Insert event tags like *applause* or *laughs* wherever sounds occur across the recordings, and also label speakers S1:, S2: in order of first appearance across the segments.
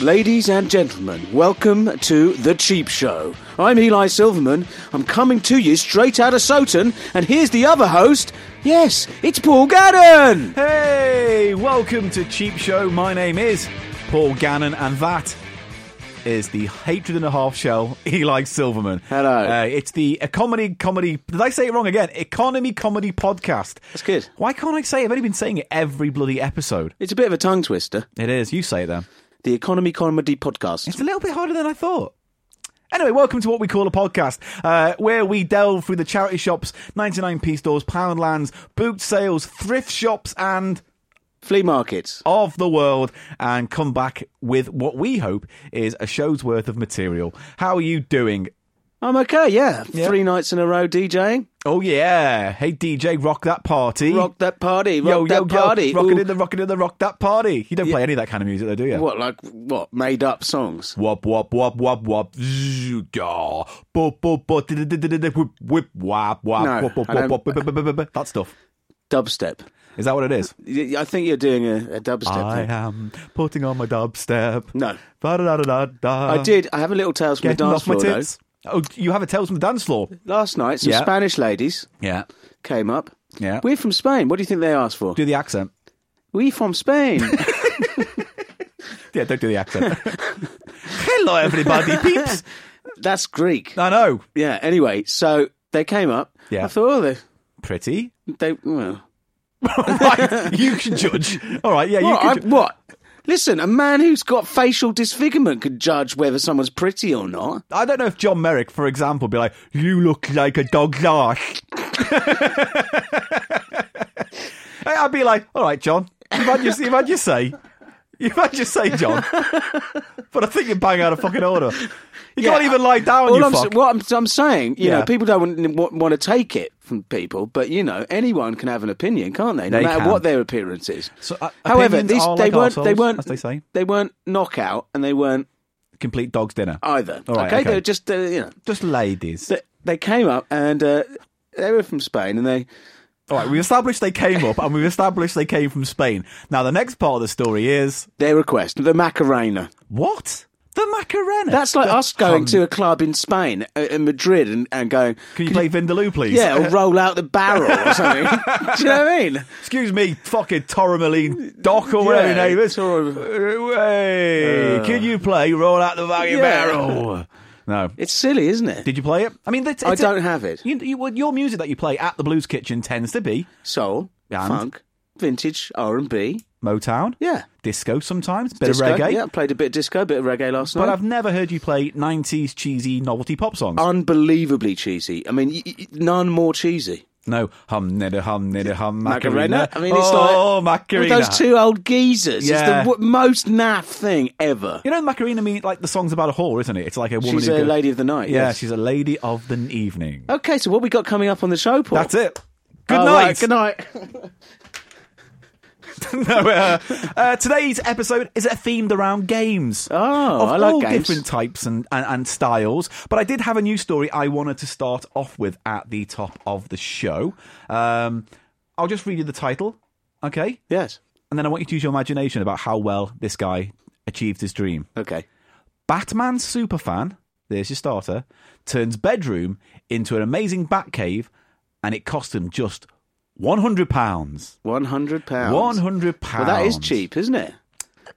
S1: Ladies and gentlemen, welcome to The Cheap Show. I'm Eli Silverman. I'm coming to you straight out of Soton, and here's the other host. Yes, it's Paul Gannon!
S2: Hey, welcome to Cheap Show. My name is Paul Gannon, and that is the hatred and a half shell, *laughs* Eli Silverman.
S1: Hello.
S2: Uh, it's the a comedy comedy. Did I say it wrong again? Economy comedy podcast.
S1: That's good.
S2: Why can't I say? it? I've only been saying it every bloody episode.
S1: It's a bit of a tongue twister.
S2: It is. You say it then.
S1: The Economy Comedy Podcast.
S2: It's a little bit harder than I thought. Anyway, welcome to what we call a podcast, uh, where we delve through the charity shops, 99p stores, Poundlands, boot sales, thrift shops, and
S1: Flea markets.
S2: of the world and come back with what we hope is a show's worth of material. How are you doing?
S1: I'm okay, yeah. Three nights in a row DJing.
S2: Oh yeah. Hey DJ, rock that party.
S1: Rock that party, rock
S2: yo,
S1: that
S2: yo,
S1: party.
S2: Yo, rock it
S1: Ooh.
S2: in the rock it in the rock that party. You don't play any of that kind of music though, do you?
S1: What, like, what, made up songs?
S2: Wop wop wop wop wop zoo yaw. bo bo bo di- di- di- di- di- di- whip whip wop wop
S1: No,
S2: wop wop
S1: I don't-
S2: wop, wop, wop, wop, wop, wop. that stuff.
S1: Dubstep.
S2: Is that what it is?
S1: Y- I think you're doing a, a dubstep
S2: I
S1: thing.
S2: am putting on my dubstep.
S1: No.
S2: Da da da da da.
S1: I did. I have a little tales from the
S2: Uh, Getting
S1: dance
S2: off my
S1: floor, though.
S2: tits. Oh, you have a tales from the dance floor.
S1: Last night, some
S2: Yeah.
S1: Spanish ladies
S2: Yeah.
S1: came up.
S2: Yeah.
S1: We're from Spain. What do you think they asked for?
S2: Do the accent.
S1: We from
S2: *laughs*
S1: Spain.
S2: Yeah, don't do the accent. *laughs* Hello, everybody, peeps.
S1: That's Greek.
S2: *laughs* I know.
S1: Yeah. Anyway, so they came up.
S2: Yeah.
S1: I thought, oh, they,
S2: Pretty. *laughs*
S1: they well,
S2: right, you can judge. All right, yeah, you
S1: what,
S2: can.
S1: I-
S2: ju-
S1: what? Listen, a man who's got facial disfigurement could judge whether someone's pretty or not.
S2: I don't know if John Merrick, for example, would be like, "You look like a dog's *laughs* arse." I- I'd be like, "All right, John, you've had your, you've had your say, you've had your say, John." *laughs* but I think you're bang out of fucking order. You can't even lie down.
S1: All
S2: you
S1: I'm, s-
S2: fuck.
S1: what I'm, I'm saying, you know,
S2: Yeah.
S1: people don't want, want to take it from people, but you know, anyone can have an opinion, can't they? No
S2: They
S1: matter
S2: can.
S1: what their appearance is.
S2: So, uh,
S1: However,
S2: opinions
S1: these,
S2: are
S1: they
S2: like
S1: weren't. they
S2: arseholes,
S1: weren't.
S2: as they say.
S1: They weren't knockout, and they weren't
S2: Complete dog's dinner.
S1: either.
S2: All right, okay.
S1: they were just uh, you know.
S2: Just ladies.
S1: They, they came up and uh, they were from Spain, and they
S2: All right, we've established they came up, and we've established they came from Spain. Now, the next part of the story is
S1: their request the Macarena.
S2: what the Macarena.
S1: That's like
S2: The
S1: us going
S2: hum-
S1: to a club in Spain, uh, in Madrid, and, and going,
S2: Can you play Vindaloo, please?
S1: yeah,
S2: *laughs*
S1: or roll out the barrel or something. *laughs* Do you know what I mean?
S2: Excuse me, fucking Torameline Dock or whatever
S1: Yeah,
S2: your name is.
S1: Tor-
S2: Uh, Hey, can you play Roll Out the Baggy
S1: Yeah.
S2: Barrel? No.
S1: It's silly, isn't it?
S2: Did you play it? I mean, it's,
S1: I
S2: it's a-
S1: don't have it.
S2: you, you, well, your music that you play at the Blues Kitchen tends to be
S1: Soul,
S2: And?
S1: funk, vintage, R and B.
S2: Motown,
S1: Yeah,
S2: disco sometimes, bit
S1: disco.
S2: of reggae.
S1: Yeah, played a bit of disco, a bit of reggae last
S2: But
S1: night.
S2: I've never heard you play 90s cheesy novelty pop songs.
S1: Unbelievably cheesy. I mean, y- y- none more cheesy.
S2: No, hum nidda hum nidda hum
S1: Macarena?
S2: Macarena.
S1: I mean, it's like-
S2: oh,
S1: With
S2: Macarena.
S1: those two old geezers.
S2: Yeah.
S1: It's the w- most naff thing ever.
S2: You know, Macarena means like the song's about a whore, isn't it? It's like a woman.
S1: She's
S2: who
S1: a
S2: goes-
S1: lady of the night.
S2: Yeah,
S1: yes.
S2: she's a lady of the evening.
S1: Okay, so what we got coming up on the show, Paul?
S2: That's it. Good
S1: Oh,
S2: night.
S1: right, good night.
S2: *laughs* no, uh, uh, today's episode is uh, themed around games.
S1: *laughs* Oh,
S2: of
S1: I like
S2: all
S1: games.
S2: different types and, and, and styles. But I did have a new story I wanted to start off with at the top of the show. Um, I'll just read you the title, okay?
S1: Yes.
S2: And then I want you to use your imagination about how well this guy achieved his dream.
S1: Okay.
S2: Batman superfan, there's your starter, turns bedroom into an amazing bat cave, and it cost him just one hundred pounds.
S1: One hundred pounds.
S2: One hundred
S1: Well,
S2: pounds.
S1: that is cheap, isn't it?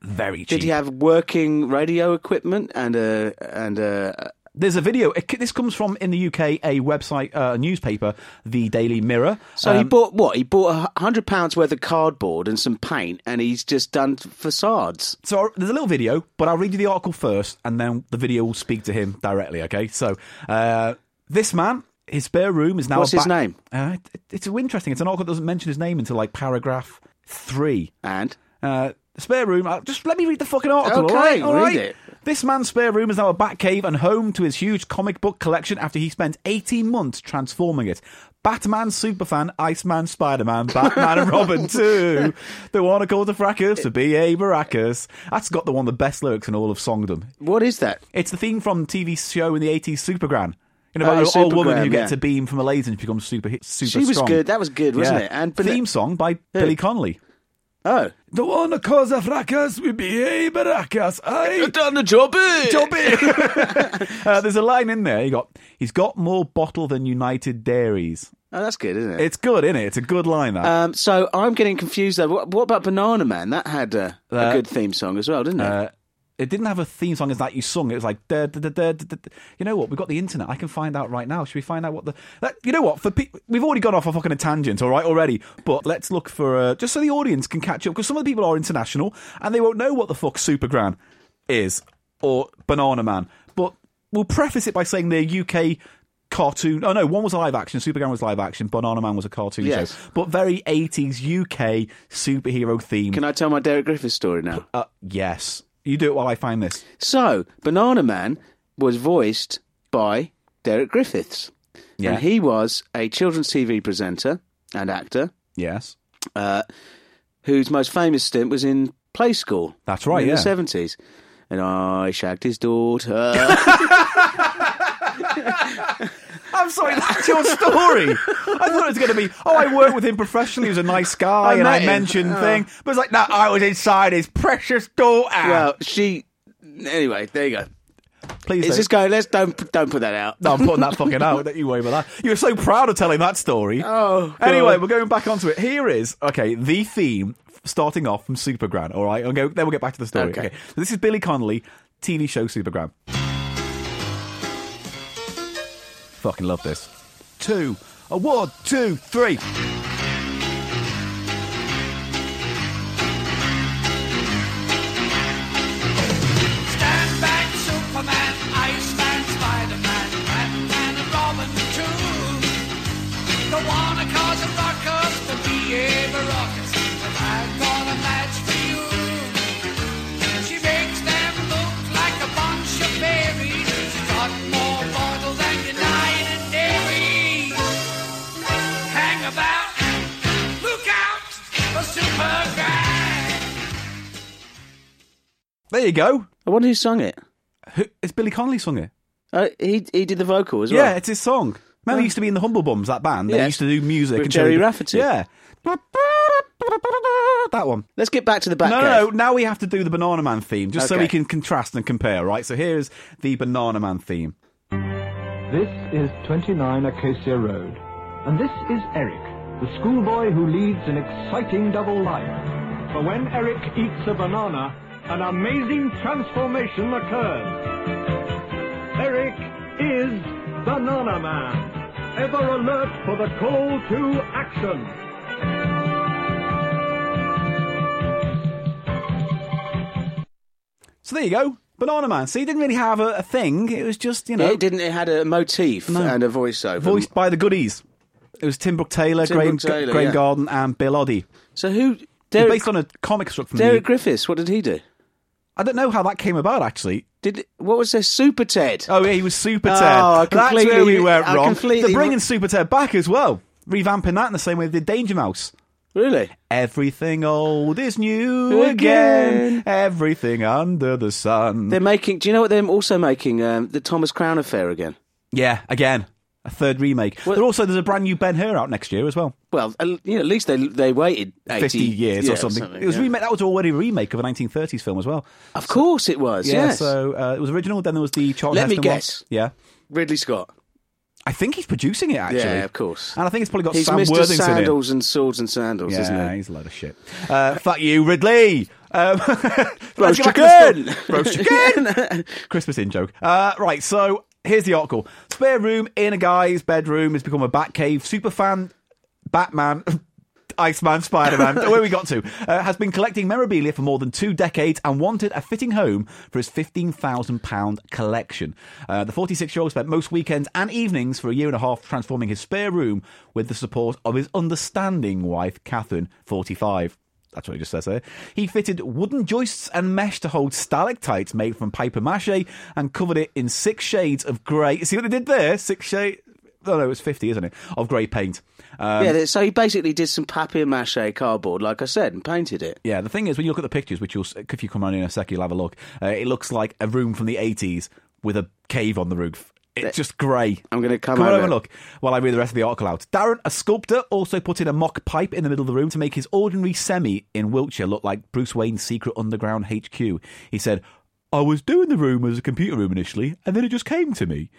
S2: Very cheap.
S1: Did he have working radio equipment and a and a?
S2: There's a video. it- This comes from in the UK a website, uh, a newspaper, the Daily Mirror.
S1: So he bought what? He bought a hundred pounds worth of cardboard and some paint, and he's just done facades.
S2: So there's a little video, but I'll read you the article first, and then the video will speak to him directly. Okay. So uh, this man, his spare room is now.
S1: What's
S2: a
S1: his
S2: ba-
S1: name?
S2: Uh, it- it's interesting. It's an article that doesn't mention his name until like paragraph three.
S1: And
S2: Uh, spare room. Uh, just let me read the fucking article.
S1: Okay,
S2: all right, all
S1: read
S2: right?
S1: it.
S2: This man's spare room is now a bat cave and home to his huge comic book collection after he spent 18 months transforming it. Batman, Superfan, Iceman, Spider-Man, Batman
S1: *laughs*
S2: and Robin too. The one called the Fracas to be a Baracus. That's got the one of the best lyrics in all of Songdom.
S1: what is that?
S2: It's the theme from TV show in the 80s, Supergran. You know,
S1: Oh,
S2: about an old woman
S1: Supergran,
S2: who gets
S1: yeah.
S2: a beam from a laser and she becomes super, super
S1: She was
S2: strong.
S1: good. That was good, wasn't
S2: Yeah.
S1: it? And but
S2: theme song by Billy Connolly.
S1: Oh.
S2: The one who cause a fracas will be a baracas. I
S1: Done the job.
S2: eh? uh, there's a line in there. He got he's got more bottle than United Dairies.
S1: Oh, that's good, isn't it?
S2: It's good, isn't it? It's a good line. That
S1: um, so I'm getting confused though. What, what about Banana Man? That had uh, a
S2: Uh,
S1: good theme song as well, didn't it?
S2: Uh, it didn't have a theme song as that you sung. It was like, da, da, da, da, da, da. you know what? We've got the internet. I can find out right now. Should we find out what the? That, you know what? For pe- we've already gone off a fucking tangent, all right, already. But let's look for uh, just so the audience can catch up because some of the people are international and they won't know what the fuck Supergran is or Banana Man. But we'll preface it by saying they're UK cartoon. Oh no, one was live action. Supergran was live action. Banana Man was a cartoon
S1: Yes.
S2: show, but very 80s UK superhero theme.
S1: Can I tell my Derek Griffiths story now?
S2: Uh, yes. You do it while I find this.
S1: So, Banana Man was voiced by Derek Griffiths.
S2: Yeah.
S1: And he was a children's TV presenter and actor
S2: Yes.
S1: whose most famous stint was in Play School.
S2: That's right,
S1: in
S2: yeah.
S1: the 70s. And I shagged his daughter.
S2: I'm sorry, *laughs* that's your story. I thought it was going to be, oh, I worked with him professionally. He was a Oh, nice
S1: I
S2: guy, and I
S1: met him.
S2: mentioned thing. But it's like, no, I was inside his precious daughter.
S1: *laughs* well, she. Anyway, there you go.
S2: Please
S1: Is
S2: don't.
S1: this going? Let's don't don't put that out.
S2: No, I'm putting that fucking out. Don't you worry about that. You were so proud of telling that story.
S1: Oh, God.
S2: *laughs* Anyway, we're going back onto it. Here is okay the theme f- starting off from Supergran. All right, okay, then we'll get back to the story.
S1: Okay.
S2: Okay, So this is Billy Connolly, TV show Supergran. Fucking love this. Two, a one, two, three.
S3: Stand back, Superman, Iceman, Spider-Man, Batman and Robin too. Don't wanna cause a ruckus, but be a ruckus, and I've got a match for you. She makes them look like a bunch of berries. She's got more bottles than United Dairy. Hang about, look out for Superman.
S2: There you go.
S1: I wonder who sung it.
S2: Who, it's Billy Connolly sung it.
S1: Uh, he he did the vocal as well.
S2: Yeah, it's his song. Remember, he used to be in the Humble Bums, that band. They
S1: Oh. Yeah.
S2: used to do music.
S1: With
S2: and show
S1: Jerry
S2: you-
S1: Rafferty.
S2: Yeah. That one.
S1: Let's get back to the back.
S2: No,
S1: cave.
S2: no, now we have to do the Banana Man theme, just so
S1: Okay.
S2: we can contrast and compare, right? So here's the Banana Man theme.
S4: This is 29 Acacia Road. And this is Eric, the schoolboy who leads an exciting double life. For when Eric eats a banana, an amazing transformation occurs. Eric is Banana Man, ever alert for the call to action.
S2: So there you go, Banana Man. So he didn't really have a, a thing. It was just, you know,
S1: It didn't. It had a motif and a voiceover.
S2: voiced by the goodies. It was Tim Brooke Taylor,
S1: Tim
S2: Graham,
S1: Brooke Taylor,
S2: Graham
S1: yeah.
S2: Garden, and Bill Oddie.
S1: So who?
S2: It's
S1: Derek,
S2: based on a comic strip from
S1: Derek
S2: the.
S1: Griffiths. What did he do?
S2: I don't know how that came about, actually.
S1: Did what was this? Super Ted.
S2: Oh, yeah, he was Super
S1: Oh,
S2: Ted.
S1: I
S2: That's where
S1: completely-
S2: we went
S1: I
S2: wrong.
S1: completely-
S2: They're bringing Super Ted back as well, revamping that in the same way they did Danger Mouse.
S1: Really?
S2: Everything old is new
S1: Again.
S2: again. Everything under the sun.
S1: They're making. Do you know what they're also making? Um, the Thomas Crown affair again.
S2: Yeah, again, a third remake.
S1: Well-
S2: there also there's a brand new Ben Hur out next year as well.
S1: Well, at l- you know, at least they they waited 80,
S2: Fifty years
S1: yeah,
S2: or something. It was
S1: yeah.
S2: remake. That was already a remake of a 1930s film as well.
S1: Of course, it was. yes,
S2: So uh, it was original. Then there was the Charlton
S1: Let me
S2: Heston one.
S1: guess.
S2: Yeah.
S1: Ridley Scott.
S2: I think he's producing it actually.
S1: Yeah, of course.
S2: And I think it's probably got
S1: He's
S2: Sam
S1: Mr.
S2: Worthington in. it.
S1: Sandals and Swords and Sandals,
S2: Yeah,
S1: isn't he?
S2: he's a load of shit. Uh, fuck you, Ridley. Um, *laughs* let's
S1: Roast
S2: get back to
S1: chicken.
S2: the
S1: *laughs*
S2: sto- *laughs* Roast chicken. Christmas in joke. Uh, right, so here's the article. Spare room in a guy's bedroom has become a Batcave. Superfan Batman. *laughs* Iceman, Spider-Man, where we got to, uh, has been collecting memorabilia for more than two decades and wanted a fitting home for his £15,000 collection. Uh, the 46-year-old spent most weekends and evenings for a year and a half transforming his spare room with the support of his understanding wife, Catherine, 45. That's what he just says there. He fitted wooden joists and mesh to hold stalactites made from paper mache and covered it in six shades of grey. See what they did there? Six shades. Oh no, it's 50, isn't it? Of grey paint. Um,
S1: yeah, so he basically did some papier-mâché cardboard, like I said, and painted it.
S2: Yeah, the thing is, when you look at the pictures, which you'll, if you come around in a sec, you'll have a look. Uh, it looks like a room from the 80s with a cave on the roof. It's just grey.
S1: I'm going to come
S2: Come on
S1: over.
S2: over and look while I read the rest of the article out. Darren, a sculptor, also put in a mock pipe in the middle of the room to make his ordinary semi in Wiltshire look like Bruce Wayne's secret underground HQ. He said, I was doing the room as a computer room initially, and then it just came to me.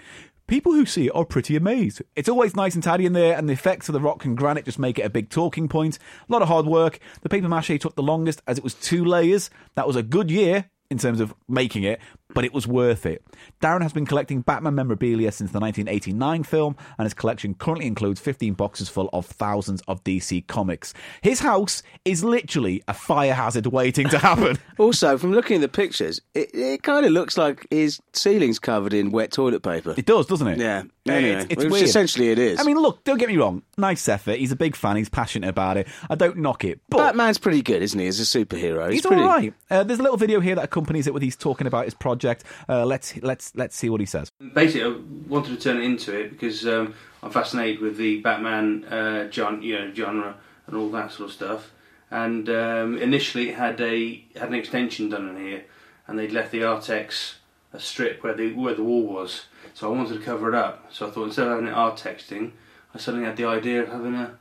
S2: People who see it are pretty amazed. It's always nice and tidy in there, and the effects of the rock and granite just make it a big talking point. A lot of hard work. The paper mache took the longest as it was two layers. That was a good year, in terms of making it, but it was worth it. Darren has been collecting Batman memorabilia since the 1989 film, and his collection currently includes 15 boxes full of thousands of DC comics. His house is literally a fire hazard waiting
S1: *laughs*
S2: to happen.
S1: Also, from looking at the pictures, it, it kind of looks like his ceiling's covered in wet toilet paper.
S2: it does, doesn't it?
S1: Yeah.
S2: Yeah,
S1: Anyway,
S2: it's, it's
S1: which
S2: weird.
S1: essentially it is.
S2: I mean, look, don't get me wrong. Nice effort. He's a big fan. He's passionate about it. I don't knock it. But
S1: Batman's pretty good, isn't he? As a superhero,
S2: He's
S1: pretty.
S2: all right. Uh, there's a little video here that accompanies it, where he's talking about his project. Uh, let's let's let's see what he says.
S5: Basically, I wanted to turn it into it because um, I'm fascinated with the Batman uh, gen- you know, genre and all that sort of stuff. And um, initially, it had a had an extension done in here, and they'd left the Artex a strip where the where the wall was. So I wanted to cover it up. So I thought instead of having an Artex thing, I suddenly had the idea of having a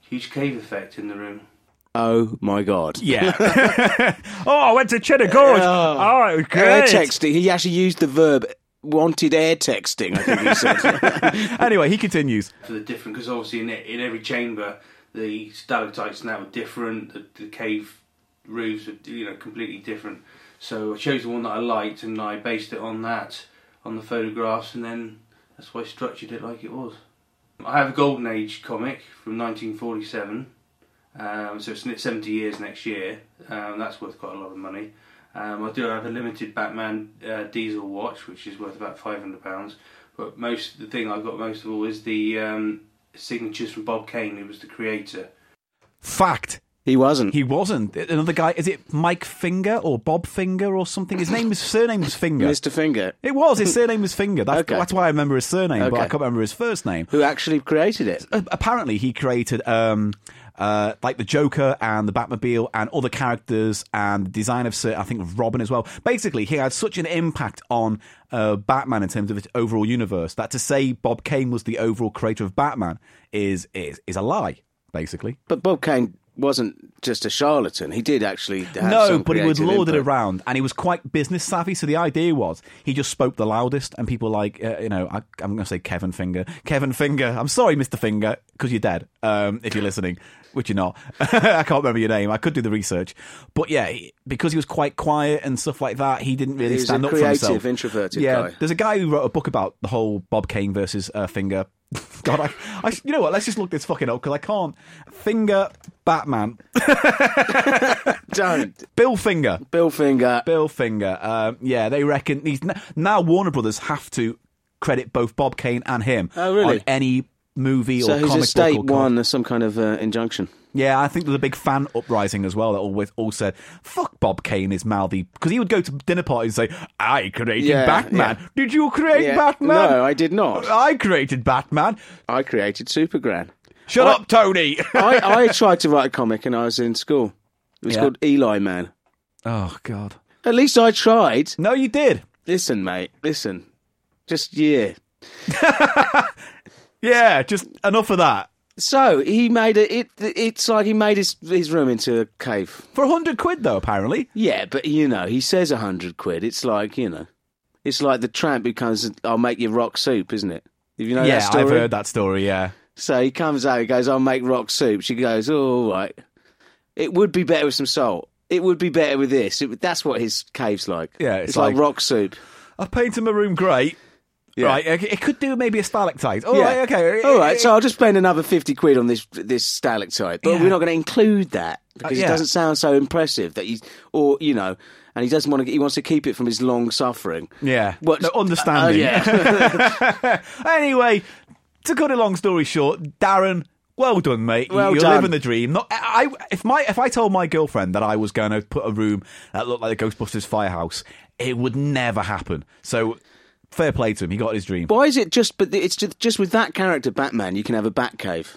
S5: huge cave effect in the room.
S1: Oh my god.
S2: Yeah.
S1: *laughs*
S2: *laughs* oh, I went to Cheddar
S1: Oh.
S2: Gorge. All right,
S1: Air
S2: great.
S1: texting. He actually used the verb wanted air texting. I think he *laughs* said.
S2: Anyway, he continues.
S5: for the different because obviously in, in every chamber the stalactites now are different the, the cave roofs are you know completely different so i chose the one that i liked and i based it on that on the photographs and then that's why i structured it like it was i have a golden age comic from 1947 um, so it's 70 years next year um, that's worth quite a lot of money um, I do have a limited Batman uh, diesel watch, which is worth about five hundred pounds. But most the thing I've got most of all is the um, signatures from Bob Kane, who was the creator.
S2: Fact.
S1: he wasn't.
S2: He wasn't. Another guy, is it Mike Finger or Bob Finger or something? His name, his
S1: *laughs*
S2: surname was Finger.
S1: *laughs* Mr. Finger,
S2: It was. His surname was Finger. That's,
S1: Okay.
S2: that's why I remember his surname, but
S1: Okay.
S2: I can't remember his first name.
S1: who actually created it.
S2: A- uh, Apparently, he created um, uh, like the Joker and the Batmobile and other characters and the design of, Sir, I think, of Robin as well. Basically, he had such an impact on uh, Batman in terms of its overall universe that to say Bob Kane was the overall creator of Batman is is, is a lie, basically.
S1: But Bob Kane wasn't just a charlatan. He did actually. Have
S2: No,
S1: some
S2: but he would
S1: creative
S2: lord it
S1: input.
S2: around, and he was quite business savvy. So the idea was he just spoke the loudest, and people like uh, you know I, I'm going to say Kevin Finger, Kevin Finger. I'm sorry, Mister Finger, because you're dead. Um, if you're listening, which you're not, *laughs* I can't remember your name. I could do the research, but yeah, he- because he was quite quiet and stuff like that, he didn't really
S1: He was
S2: stand
S1: a
S2: up
S1: creative,
S2: for himself.
S1: introverted
S2: yeah,
S1: guy.
S2: there's a guy who wrote a book about the whole Bob Kane versus uh, Finger. *laughs* God, I, I, you know what? Let's just look this fucking up because I can't. Finger, Batman,
S1: Don't
S2: Bill Finger.
S1: Bill Finger.
S2: Bill Finger. Um, yeah, they reckon these now Warner Brothers have to credit both Bob Kane and him
S1: Oh, really?
S2: on any movie
S1: So
S2: or
S1: his
S2: comic book
S1: estate
S2: or comic.
S1: won some kind of uh, injunction.
S2: Yeah, I think there's a big fan uprising as well that always all said, "Fuck Bob Kane is mouthy," because he would go to dinner parties and say, "I created
S1: Yeah,
S2: Batman.
S1: yeah.
S2: Did you create
S1: Yeah.
S2: Batman?
S1: No, I did not.
S2: I created Batman.
S1: I created
S2: *laughs*
S1: Supergran.
S2: Shut
S1: I-
S2: up, Tony." *laughs*
S1: I, I tried to write a comic when I was in school. It was
S2: Yeah.
S1: called Eli Man.
S2: oh God.
S1: At least I tried.
S2: No, you did.
S1: Listen, mate. Listen. Just yeah.
S2: Yeah, just enough of that.
S1: So he made it. it it's like he made his his room into a cave.
S2: For a hundred quid though, apparently.
S1: Yeah, but you know, he says a hundred quid. It's like you know, it's like the tramp who comes. I'll make you rock soup, isn't it? If you know
S2: yeah,
S1: Oh, that story.
S2: I've heard that story. Yeah.
S1: So he comes out. He goes, "I'll make rock soup." She goes, "Oh, all right. It would be better with some salt. It would be better with this. It, that's what his cave's like.
S2: Yeah, it's
S1: like,
S2: like-
S1: rock soup.
S2: I painted my room grey.
S1: Yeah.
S2: Right, okay, it could do maybe a stalactite. All
S1: Yeah.
S2: right, okay.
S1: All right, so I'll just spend another 50 quid on this this stalactite, but
S2: Yeah. Uh,
S1: we're not going to include that because
S2: yeah.
S1: it doesn't sound so impressive that he's, or, you know, and he doesn't want to, he wants to keep it from his long suffering.
S2: yeah,
S1: What-
S2: no,
S1: Oh,
S2: understanding.
S1: yeah.
S2: *laughs* anyway, to cut a long story short, Darren, well done, mate.
S1: Well
S2: You're
S1: done.
S2: living the dream. Not, I, I- if my if I told my girlfriend that I was going to put a room that looked like the Ghostbusters firehouse, it would never happen. So, fair play to him. He got his dream.
S1: Why is it just, but it's just, just with that character, Batman, you can have a bat cave.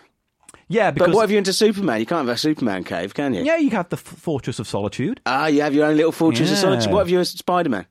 S2: yeah, because
S1: But what if you're into Superman? You can't have a Superman cave, can you?
S2: yeah, you have the F- Fortress of Solitude.
S1: Uh, Ah, you have your own little fortress of
S2: Yeah.
S1: solitude. What if you're Spider Man?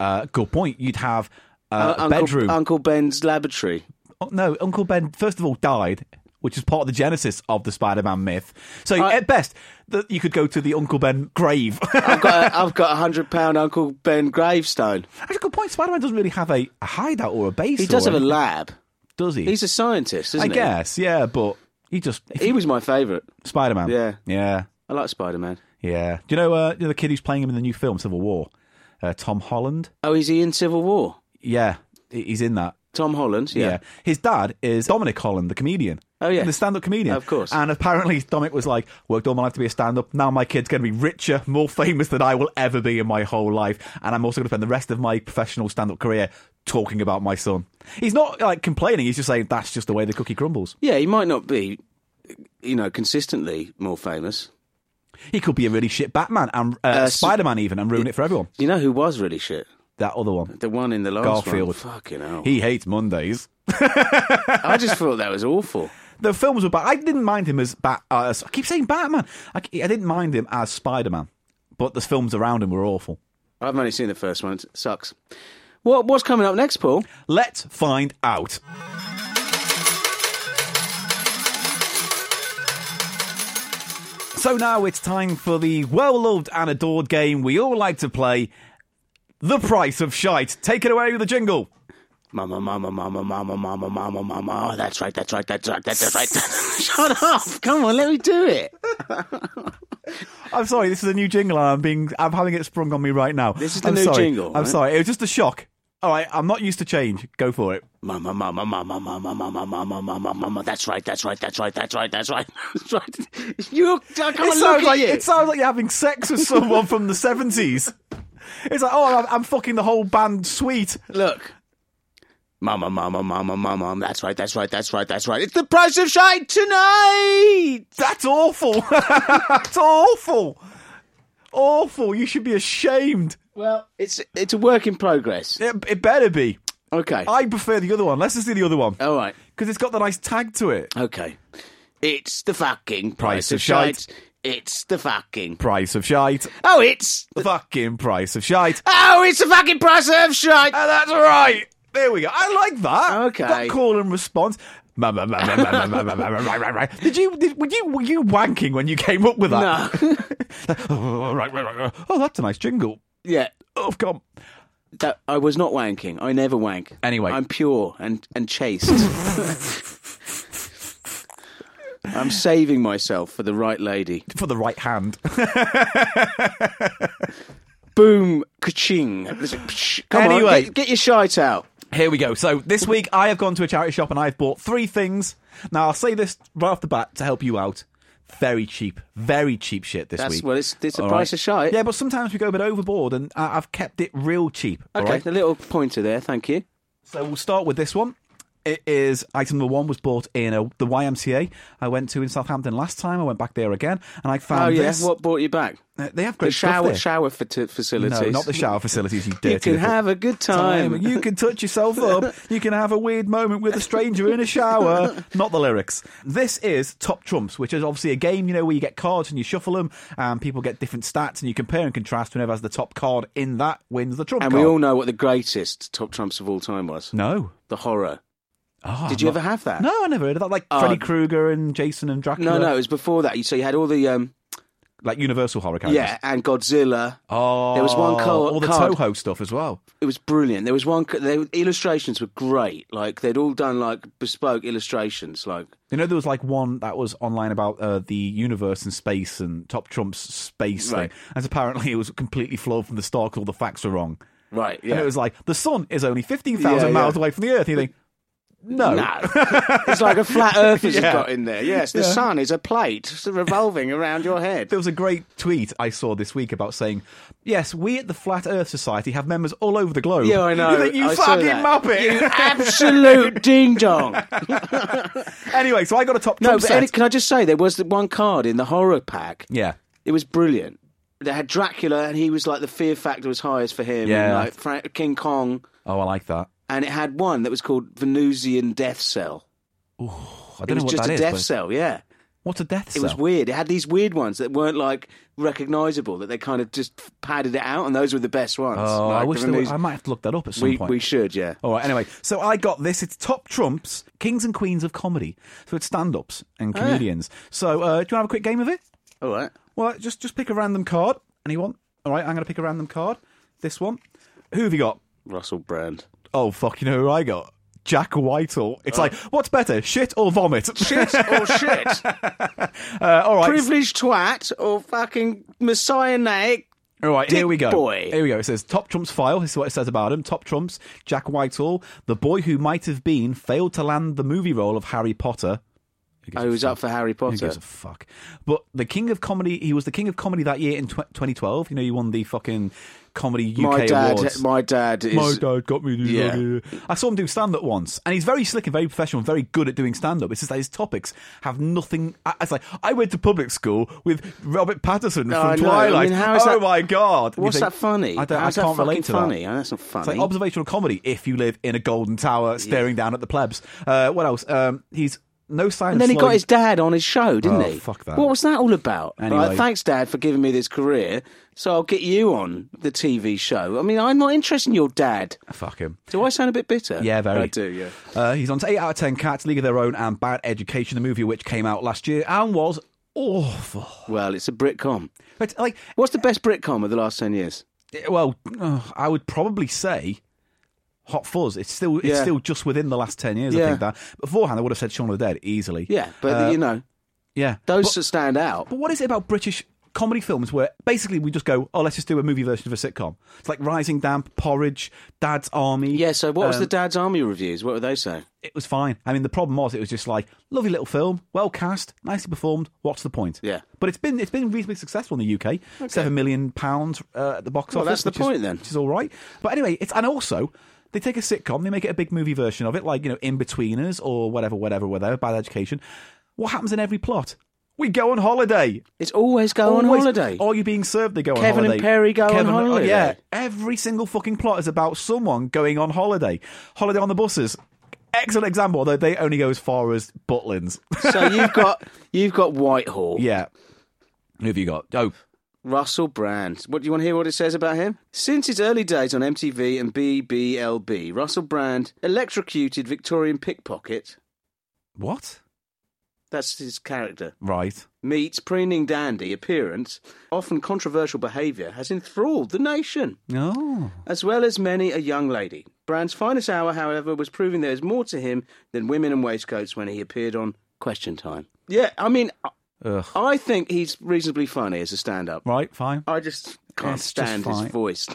S2: Uh, good point. You'd have uh,
S1: Uncle,
S2: bedroom.
S1: Uncle Ben's laboratory.
S2: Oh, no, Uncle Ben, first of all, died, which is part of the genesis of the Spider Man myth. So,
S1: I-
S2: at best, that you could go to the Uncle Ben grave. *laughs*
S1: I've got a, I've got a hundred pound Uncle Ben gravestone.
S2: Actually, good point. Spider Man doesn't really have a, a hideout or a base.
S1: He does
S2: or
S1: have a
S2: anything,
S1: lab.
S2: does he?
S1: He's a scientist,
S2: I
S1: isn't he?
S2: guess, yeah, but he just.
S1: He was my favourite.
S2: Spider Man.
S1: Yeah.
S2: Yeah.
S1: I like Spider Man.
S2: Yeah. Do you know, uh, you know the kid who's playing him in the new film, Civil War? Uh, Tom Holland?
S1: Oh, is he in Civil War?
S2: Yeah. he- He's in that.
S1: Tom Holland.
S2: Yeah.
S1: Yeah.
S2: His dad is Dominic Holland, the comedian.
S1: Oh, yeah.
S2: The stand up comedian.
S1: Of course.
S2: And apparently Dominic was like, worked all my life to be a stand up. Now my kid's going to be richer, more famous than I will ever be in my whole life. And I'm also going to spend the rest of my professional stand up career talking about my son. He's not like complaining. He's just saying that's just the way the cookie crumbles.
S1: Yeah, he might not be, you know, consistently more famous.
S2: He could be a really shit Batman and uh,
S1: Uh, so-
S2: Spider Man even and ruin it for everyone.
S1: You know who was really shit?
S2: That other one.
S1: The one in the last
S2: Garfield.
S1: one. Fucking hell.
S2: He hates Mondays.
S1: I just thought that was awful.
S2: The films were bad. I didn't mind him as Bat. Uh, as- I keep saying Batman. I, I didn't mind him as Spider Man, but the films around him were awful.
S1: I've only seen the first one. It sucks. What, what's coming up next, Paul?
S2: Let's find out. So now it's time for the well loved and adored game we all like to play The Price of Shite. Take it away with the jingle.
S1: Mama, mama, mama, mama, mama, mama, mama. Oh, that's right, that's right, that's right, that's right. Shut up. Oh, Come on, let me do it.
S2: I'm sorry, this is a new jingle. and I'm being, I'm having it sprung on me right now.
S1: This is the
S2: I'm
S1: new
S2: sorry.
S1: jingle,
S2: I'm
S1: right?
S2: sorry, it was just a shock. All right, I'm not used to change. Go for it.
S1: Mama, mama, mama, mama, mama, mama, mama, mama. That's right, that's right, that's right, that's right, that's right. *laughs* That's right. You, I can't
S2: It
S1: look
S2: sounds
S1: at
S2: like
S1: you.
S2: it sounds like you're having sex with someone from the seventies. It's like, oh, I'm, I'm fucking the whole band suite.
S1: Look. Mama, mama, mama, mama. That's right, that's right, that's right, that's right. It's the price of shite tonight.
S2: That's awful. *laughs* That's awful. Awful. You should be ashamed.
S1: Well, it's it's a work in progress.
S2: It, it better be.
S1: Okay.
S2: I prefer the other one. Let's just do the other one
S1: All right.
S2: because it's got the nice tag to it.
S1: Okay. It's the fucking price,
S2: Price
S1: of,
S2: of shite.
S1: shite. It's the fucking.
S2: Price of shite.
S1: Oh, it's
S2: The fucking price of shite.
S1: oh, it's the fucking price of shite. *laughs*
S2: And that's right. There we go. I like that.
S1: Okay.
S2: That call and response. Ma- ma- ma- ma- ma- ma- ma- ma- ma- ma- ma- ma- Did you? Did, were you? Were you wanking when you came up with that?
S1: No. *laughs*
S2: oh, *laughs* right, right, right, right. Oh, that's a nice jingle.
S1: yeah.
S2: Oh, come.
S1: That, I was not wanking. I never wank.
S2: Anyway.
S1: I'm pure and and chaste. I'm saving myself for the right lady.
S2: For the right hand. *laughs*
S1: Boom, ka-ching. Come on,
S2: Anyway.
S1: get, get your shite out.
S2: Here we go. So this week I have gone to a charity shop and I've bought three things. Now I'll say this right off the bat to help you out. Very cheap, very cheap shit this
S1: That's-
S2: week.
S1: well, it's- it's the
S2: All
S1: price of shite.
S2: Yeah, but sometimes we go a bit overboard, and I- I've kept it real cheap. all
S1: Okay,
S2: right?
S1: a little pointer there. Thank you.
S2: So we'll start with this one. It is item number one was bought in a, the YMCA I went to in Southampton last time. I went back there again, and I
S1: Oh
S2: found
S1: yeah,
S2: this.
S1: what brought you back?
S2: Uh, they have
S1: The
S2: great stuff
S1: shower
S2: there.
S1: shower fati- facilities.
S2: No, not the shower facilities. You dirty.
S1: You can
S2: little
S1: have a good time.
S2: time. You can touch yourself
S1: *laughs*
S2: up. You can have a weird moment with a stranger in a shower. Not the lyrics. This is Top Trumps, which is obviously a game, you know, where you get cards and you shuffle them, and people get different stats, and you compare and contrast. Whoever has the top card in that wins the trump
S1: and
S2: card.
S1: we all know what the greatest top trumps of all time was.
S2: no.
S1: The horror.
S2: Oh,
S1: Did you
S2: I'm
S1: ever
S2: not-
S1: have that?
S2: Mm. No, I never heard of that. Like
S1: Oh.
S2: Freddy Krueger and Jason and Dracula.
S1: No, no, it was before that. You- So you had all the um,
S2: Like Universal horror characters.
S1: yeah, and Godzilla.
S2: Oh,
S1: There was one co-
S2: all the
S1: card-
S2: Toho stuff as well.
S1: It was brilliant. There was one. co- They, illustrations were great. Like they'd all done like bespoke illustrations. Like
S2: You know, there was like one that was online about uh, the universe and space and Top Trump's space
S1: Right.
S2: thing. And apparently it was completely flawed from the start 'cause all the facts were wrong.
S1: right,
S2: And
S1: yeah.
S2: it was like, the sun is only 15,000
S1: Yeah, yeah.
S2: miles away from the Earth. And you think, no.
S1: no,
S2: *laughs*
S1: it's like a flat earther's has
S2: Yeah.
S1: got in there. Yes, the
S2: Yeah.
S1: sun is a plate revolving around your head.
S2: There was a great tweet I saw this week about saying, yes, we at the Flat Earth Society have members all over the globe.
S1: Yeah, I know.
S2: You, think, you
S1: I saw
S2: fucking
S1: that.
S2: muppet.
S1: You *laughs* absolute ding dong.
S2: *laughs* anyway, so I got a Top
S1: No,
S2: Trump
S1: but
S2: set.
S1: any, can I just say there was the one card in the horror pack.
S2: yeah.
S1: It was brilliant. They had Dracula, and he was like the fear factor was highest for him.
S2: Yeah.
S1: and, like Frank, King Kong,
S2: Oh, I like that.
S1: and it had one that was called Venusian Death Cell.
S2: I
S1: It
S2: don't
S1: was
S2: know what
S1: just
S2: that
S1: a
S2: is,
S1: death
S2: but-
S1: cell, yeah.
S2: What's a death
S1: It
S2: cell?
S1: was weird. It had these weird ones that weren't like recognizable. That they kind of just padded it out, and those were the best ones.
S2: Oh,
S1: Like,
S2: I wish
S1: there were
S2: there were,
S1: these-
S2: I might have to look that up at some
S1: we
S2: point. Oh.
S1: we should, yeah.
S2: All right. Anyway, so I got this. It's top trumps, kings and queens of comedy. So it's stand-ups and
S1: Oh, yeah.
S2: comedians. So uh, do you want to have a quick game of it?
S1: All right.
S2: Well, just just pick a random card. Anyone? All right. I'm going to pick a random card. This one. Who have you got?
S1: Russell Brand.
S2: Oh fuck! You know who I got? Jack Whitehall. It's like what's better, shit or vomit?
S1: Oh. Shit or shit.
S2: *laughs* Uh, all right.
S1: Privileged twat or fucking messianic.
S2: *laughs* All right, here
S1: Dick
S2: we go.
S1: boy.
S2: Here we go. It says Top Trump's file. This is what it says about him. Top Trump's Jack Whitehall, the boy who might have been, failed to land the movie role of Harry Potter. Who gives
S1: I
S2: a
S1: was Oh, up for Harry
S2: Who
S1: Potter.
S2: gives a fuck? But the king of comedy, he was the king of comedy that year in tw- 2012. You know, he won the fucking comedy UK
S1: My dad,
S2: awards.
S1: my dad is.
S2: My dad got me. the-
S1: Yeah.
S2: I saw him do stand up once, and he's very slick and very professional, and very good at doing stand up. It's just that his topics have nothing. I- It's like I went to public school with Robert Patterson
S1: No,
S2: from
S1: I know. I
S2: Twilight.
S1: mean, how is
S2: oh
S1: that-
S2: my god! And you
S1: What's
S2: think,
S1: that funny?
S2: I, don't, I
S1: How's that
S2: can't
S1: fucking
S2: relate to
S1: funny?
S2: that.
S1: Oh, that's not funny.
S2: It's like observational comedy if you live in a golden tower staring down at the plebs. Uh, what else? Um, he's no sign.
S1: and
S2: of
S1: then he got
S2: slowing-
S1: his dad on his show, didn't
S2: Oh,
S1: he?
S2: fuck that.
S1: What was that all about?
S2: Anyway.
S1: Like, thanks, Dad, for giving me this career. So I'll get you on the TV show. I mean, I'm not interested in your dad.
S2: Fuck him.
S1: Do I sound a bit bitter?
S2: Yeah, very.
S1: I do, yeah.
S2: Uh, he's on to 8 out of 10 Cats, League of Their Own, and Bad Education, the movie which came out last year and was awful.
S1: Well, it's a Britcom.
S2: But, like,
S1: What's the best Britcom of the last 10 years?
S2: well, oh, I would probably say Hot Fuzz. It's still it's
S1: Yeah.
S2: still just within the last 10 years, I
S1: Yeah.
S2: think that. Beforehand, I would have said Shaun of the Dead easily.
S1: Yeah, but
S2: Uh,
S1: you know,
S2: yeah.
S1: those
S2: But-
S1: that stand out.
S2: But what is it about British comedy films where basically we just go, oh, let's just do a movie version of a sitcom? It's like Rising Damp, Porridge, Dad's Army.
S1: Yeah, so what was
S2: Um,
S1: the Dad's Army reviews? What were they saying?
S2: It was fine. I mean, the problem was it was just like lovely little film, well cast, nicely performed. What's the point?
S1: Yeah.
S2: But it's been it's been reasonably successful in the UK. Seven million pounds uh, at the box
S1: Well, that's
S2: office.
S1: the
S2: which is-
S1: point then.
S2: which is all right. But anyway, it's and also. They take a sitcom, they make it a big movie version of it, like, you know, In Betweeners or whatever, whatever, whatever, Bad Education. What happens in every plot? We go on holiday.
S1: It's always go on *laughs*
S2: Always.
S1: holiday.
S2: Are you being served? They go on
S1: Kevin and
S2: holiday.
S1: Perry go on
S2: oh,
S1: holiday.
S2: yeah, every single fucking plot is about someone going on holiday. Holiday on the buses. Excellent example, although they only go as far as Butlins. *laughs*
S1: so you've got you've got Whitehall,
S2: yeah. Who have you got? Oh,
S1: Russell Brand. What do you want to hear what it says about him? Since his early days on MTV and BBLB, Russell Brand electrocuted Victorian pickpocket.
S2: what?
S1: That's his character.
S2: Right.
S1: Meets preening dandy appearance, often controversial behaviour, has enthralled the nation,
S2: Oh.
S1: as well as many a young lady. Brand's finest hour, however, was proving there is more to him than women in waistcoats when he appeared on Question Time. Yeah, I mean, I-
S2: Ugh.
S1: I think he's reasonably funny as a stand up.
S2: Right, fine.
S1: I just can't
S2: It's just
S1: stand
S2: fine.
S1: his
S2: *laughs*
S1: voice.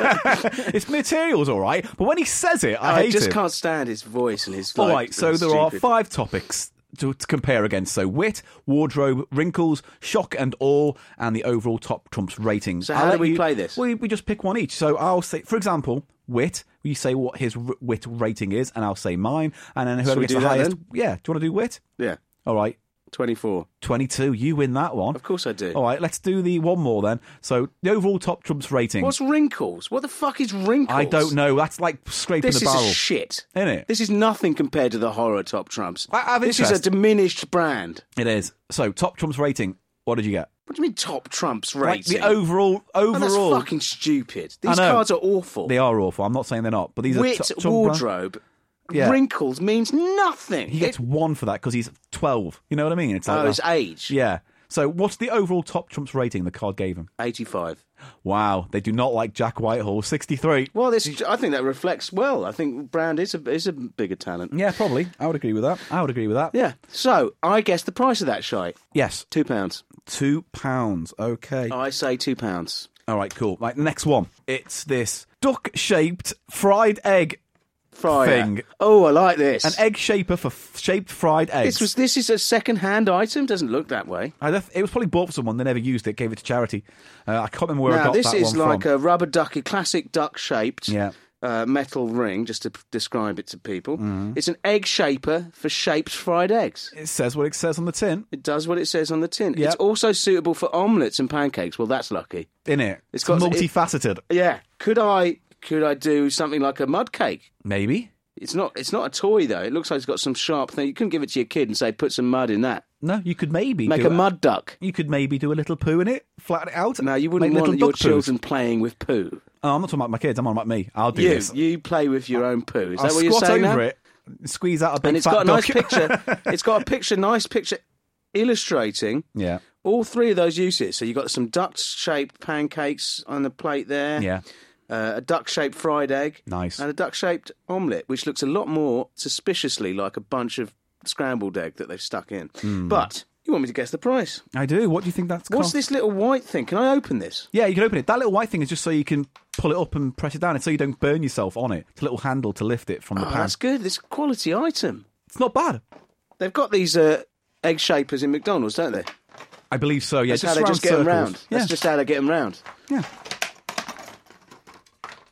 S2: It's material's all right, but when he says it, I,
S1: I
S2: hate
S1: just
S2: him.
S1: can't stand his voice and his.
S2: All
S1: like,
S2: right, so
S1: his
S2: there are
S1: stupid-
S2: five topics to, to compare against. So wit, wardrobe, wrinkles, shock and awe, and the overall top Trump's ratings.
S1: So how
S2: I'll
S1: do
S2: let
S1: we play this?
S2: We, we just pick one each. So I'll say, for example, wit. You say what his r- wit rating is, and I'll say mine, and then whoever
S1: we
S2: gets
S1: do that
S2: the highest.
S1: then?
S2: Yeah, do you want to do wit?
S1: Yeah,
S2: All right,
S1: twenty-four.
S2: twenty-two. You win that one.
S1: Of course I do.
S2: All right, let's do the one more then. So the overall top Trump's rating.
S1: What's wrinkles? What the fuck is wrinkles?
S2: I don't know. That's like scraping
S1: This
S2: the
S1: is a
S2: barrel.
S1: shit.
S2: Innit?
S1: This is nothing compared to the horror top trumps.
S2: I- I have
S1: this is a
S2: interest.
S1: diminished brand.
S2: it is. So top Trump's rating. What did you get?
S1: What do you mean top trumps
S2: Like
S1: rating?
S2: the overall
S1: Oh,
S2: overall.
S1: that's fucking stupid. These
S2: know.
S1: cards are awful.
S2: They are awful. I'm not saying they're not, but these
S1: Wit,
S2: are t- Tom Brown-
S1: wardrobe,
S2: Yeah.
S1: wrinkles means nothing.
S2: He gets
S1: It-
S2: one for that because he's 12. You know what I mean? It's like
S1: oh,
S2: that.
S1: his age.
S2: yeah. So what's the overall top Trump's rating the card gave him?
S1: eighty-five.
S2: Wow, they do not like Jack Whitehall. 63.
S1: Well, this I think that reflects well. I think Brand is a is a bigger talent.
S2: Yeah, probably. I would agree with that. I would agree with that.
S1: Yeah. So I guess the price of that shite
S2: Yes,
S1: two pounds.
S2: two pounds. Okay.
S1: I say two pounds.
S2: All right, cool. Right, next one. It's this duck-shaped fried egg,
S1: Fryer.
S2: Thing.
S1: Oh, I like this.
S2: an egg shaper for f- shaped fried eggs.
S1: This was this is a second hand item. Doesn't look that way.
S2: I def- it was probably bought for someone. They never used it. Gave it to charity. Uh, I can't remember where I
S1: now
S2: got
S1: this
S2: that
S1: is
S2: one
S1: like
S2: from.
S1: a rubber ducky, classic duck shaped.
S2: Yeah.
S1: Uh, metal ring, just to p- describe it to people.
S2: Mm-hmm.
S1: It's an egg shaper for shaped fried eggs.
S2: It says what it says on the tin.
S1: It does what it says on the tin.
S2: Yeah.
S1: It's also suitable for omelettes and pancakes. Well, that's lucky.
S2: in it.
S1: It's
S2: It's,
S1: got-
S2: multifaceted.
S1: Yeah. Could I could I do something like a mud cake?
S2: Maybe.
S1: It's not. It's not a toy though. It looks like it's got some sharp thing. You couldn't give it to your kid and say, "Put some mud in that."
S2: No, you could maybe
S1: Make
S2: do
S1: a mud duck.
S2: You could maybe do a little poo in it, flatten it out.
S1: No, you wouldn't
S2: make
S1: want
S2: little
S1: your
S2: duck poos.
S1: children playing with poo.
S2: Oh, I'm not talking about my kids. I'm on about me. I'll do
S1: You,
S2: this.
S1: you play with your own poo. Is
S2: I'll
S1: that what you're
S2: squat
S1: saying
S2: over
S1: now?
S2: it, squeeze out a big
S1: And it's
S2: fat
S1: got a nice
S2: duck.
S1: picture.
S2: *laughs*
S1: It's got a picture, nice picture illustrating
S2: yeah,
S1: all three of those uses. So you've got some duck-shaped pancakes on the plate there.
S2: yeah.
S1: uh, a duck shaped fried egg.
S2: Nice.
S1: And a duck shaped omelette, which looks a lot more suspiciously like a bunch of scrambled egg that they've stuck in.
S2: Hmm.
S1: But you want me to guess the price?
S2: I do. What do you think that's
S1: What's
S2: cost?
S1: this little white thing? Can I open this?
S2: Yeah, you can open it. That little white thing is just so you can pull it up and press it down. It's so you don't burn yourself on it. It's a little handle to lift it from the
S1: Oh,
S2: pan.
S1: that's good. This is a quality item.
S2: It's not bad.
S1: They've got these uh, egg shapers in McDonald's, don't they?
S2: I believe so. Yeah,
S1: That's how they
S2: round
S1: just get them
S2: circles.
S1: round.
S2: Yeah,
S1: That's just how they get them round.
S2: yeah.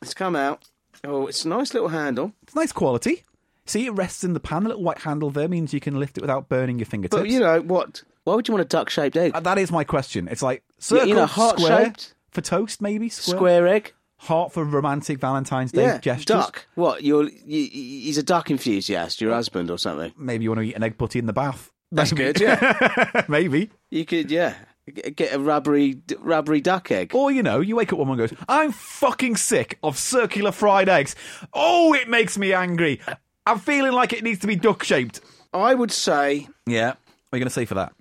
S1: It's come out. Oh, it's a nice little handle.
S2: It's nice quality. See, it rests in the pan. The little white handle there means you can lift it without burning your fingertips.
S1: But you know what? Why would you want a duck shaped egg?
S2: Uh, that is my question. It's like circle,
S1: you know,
S2: square
S1: heart-shaped.
S2: for toast, maybe square,
S1: Square egg?
S2: heart for romantic Valentine's Day
S1: Yeah.
S2: gestures.
S1: Duck. What? You're, you, he's a duck enthusiast, your husband or something.
S2: Maybe you want to eat an egg putty in the bath.
S1: That's good, yeah.
S2: *laughs* maybe.
S1: You could, yeah, G- get a rubbery, d- rubbery duck egg.
S2: Or, you know, you wake up one morning and goes, I'm fucking sick of circular fried eggs. Oh, it makes me angry. I'm feeling like it needs to be duck shaped.
S1: I would say
S2: Yeah. What are you going to say for that?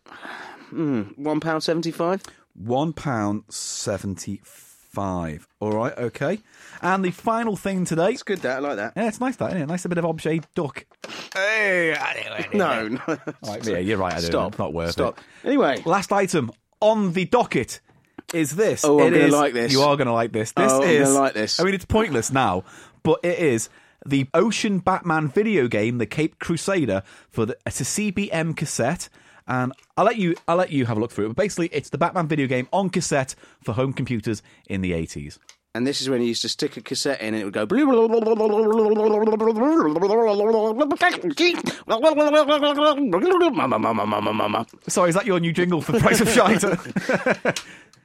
S1: one pound seventy-five.
S2: One pound seventy five. All right, okay. And the final thing today.
S1: It's good that I like that.
S2: Yeah, it's nice that, isn't it? Nice a bit of objet duck. Hey, I do it.
S1: No, no.
S2: All right, yeah, you're right. I do.
S1: Stop.
S2: It's not worth
S1: Stop.
S2: it.
S1: Anyway,
S2: Last item on the docket is this.
S1: Oh, I'm
S2: It
S1: gonna
S2: is-
S1: like this.
S2: You are going to like this. This
S1: Oh, I'm gonna
S2: is
S1: like this.
S2: I mean, it's pointless now, but it is the Ocean Batman video game, the Cape Crusader, for the it's a CBM cassette. And I'll let you I'll let you have a look through it. But basically, it's the Batman video game on cassette for home computers in the 80s.
S1: and this is when he used to stick a cassette in, and it would go. *laughs*
S2: Sorry, is that your new jingle for Price
S1: *laughs*
S2: of Shite?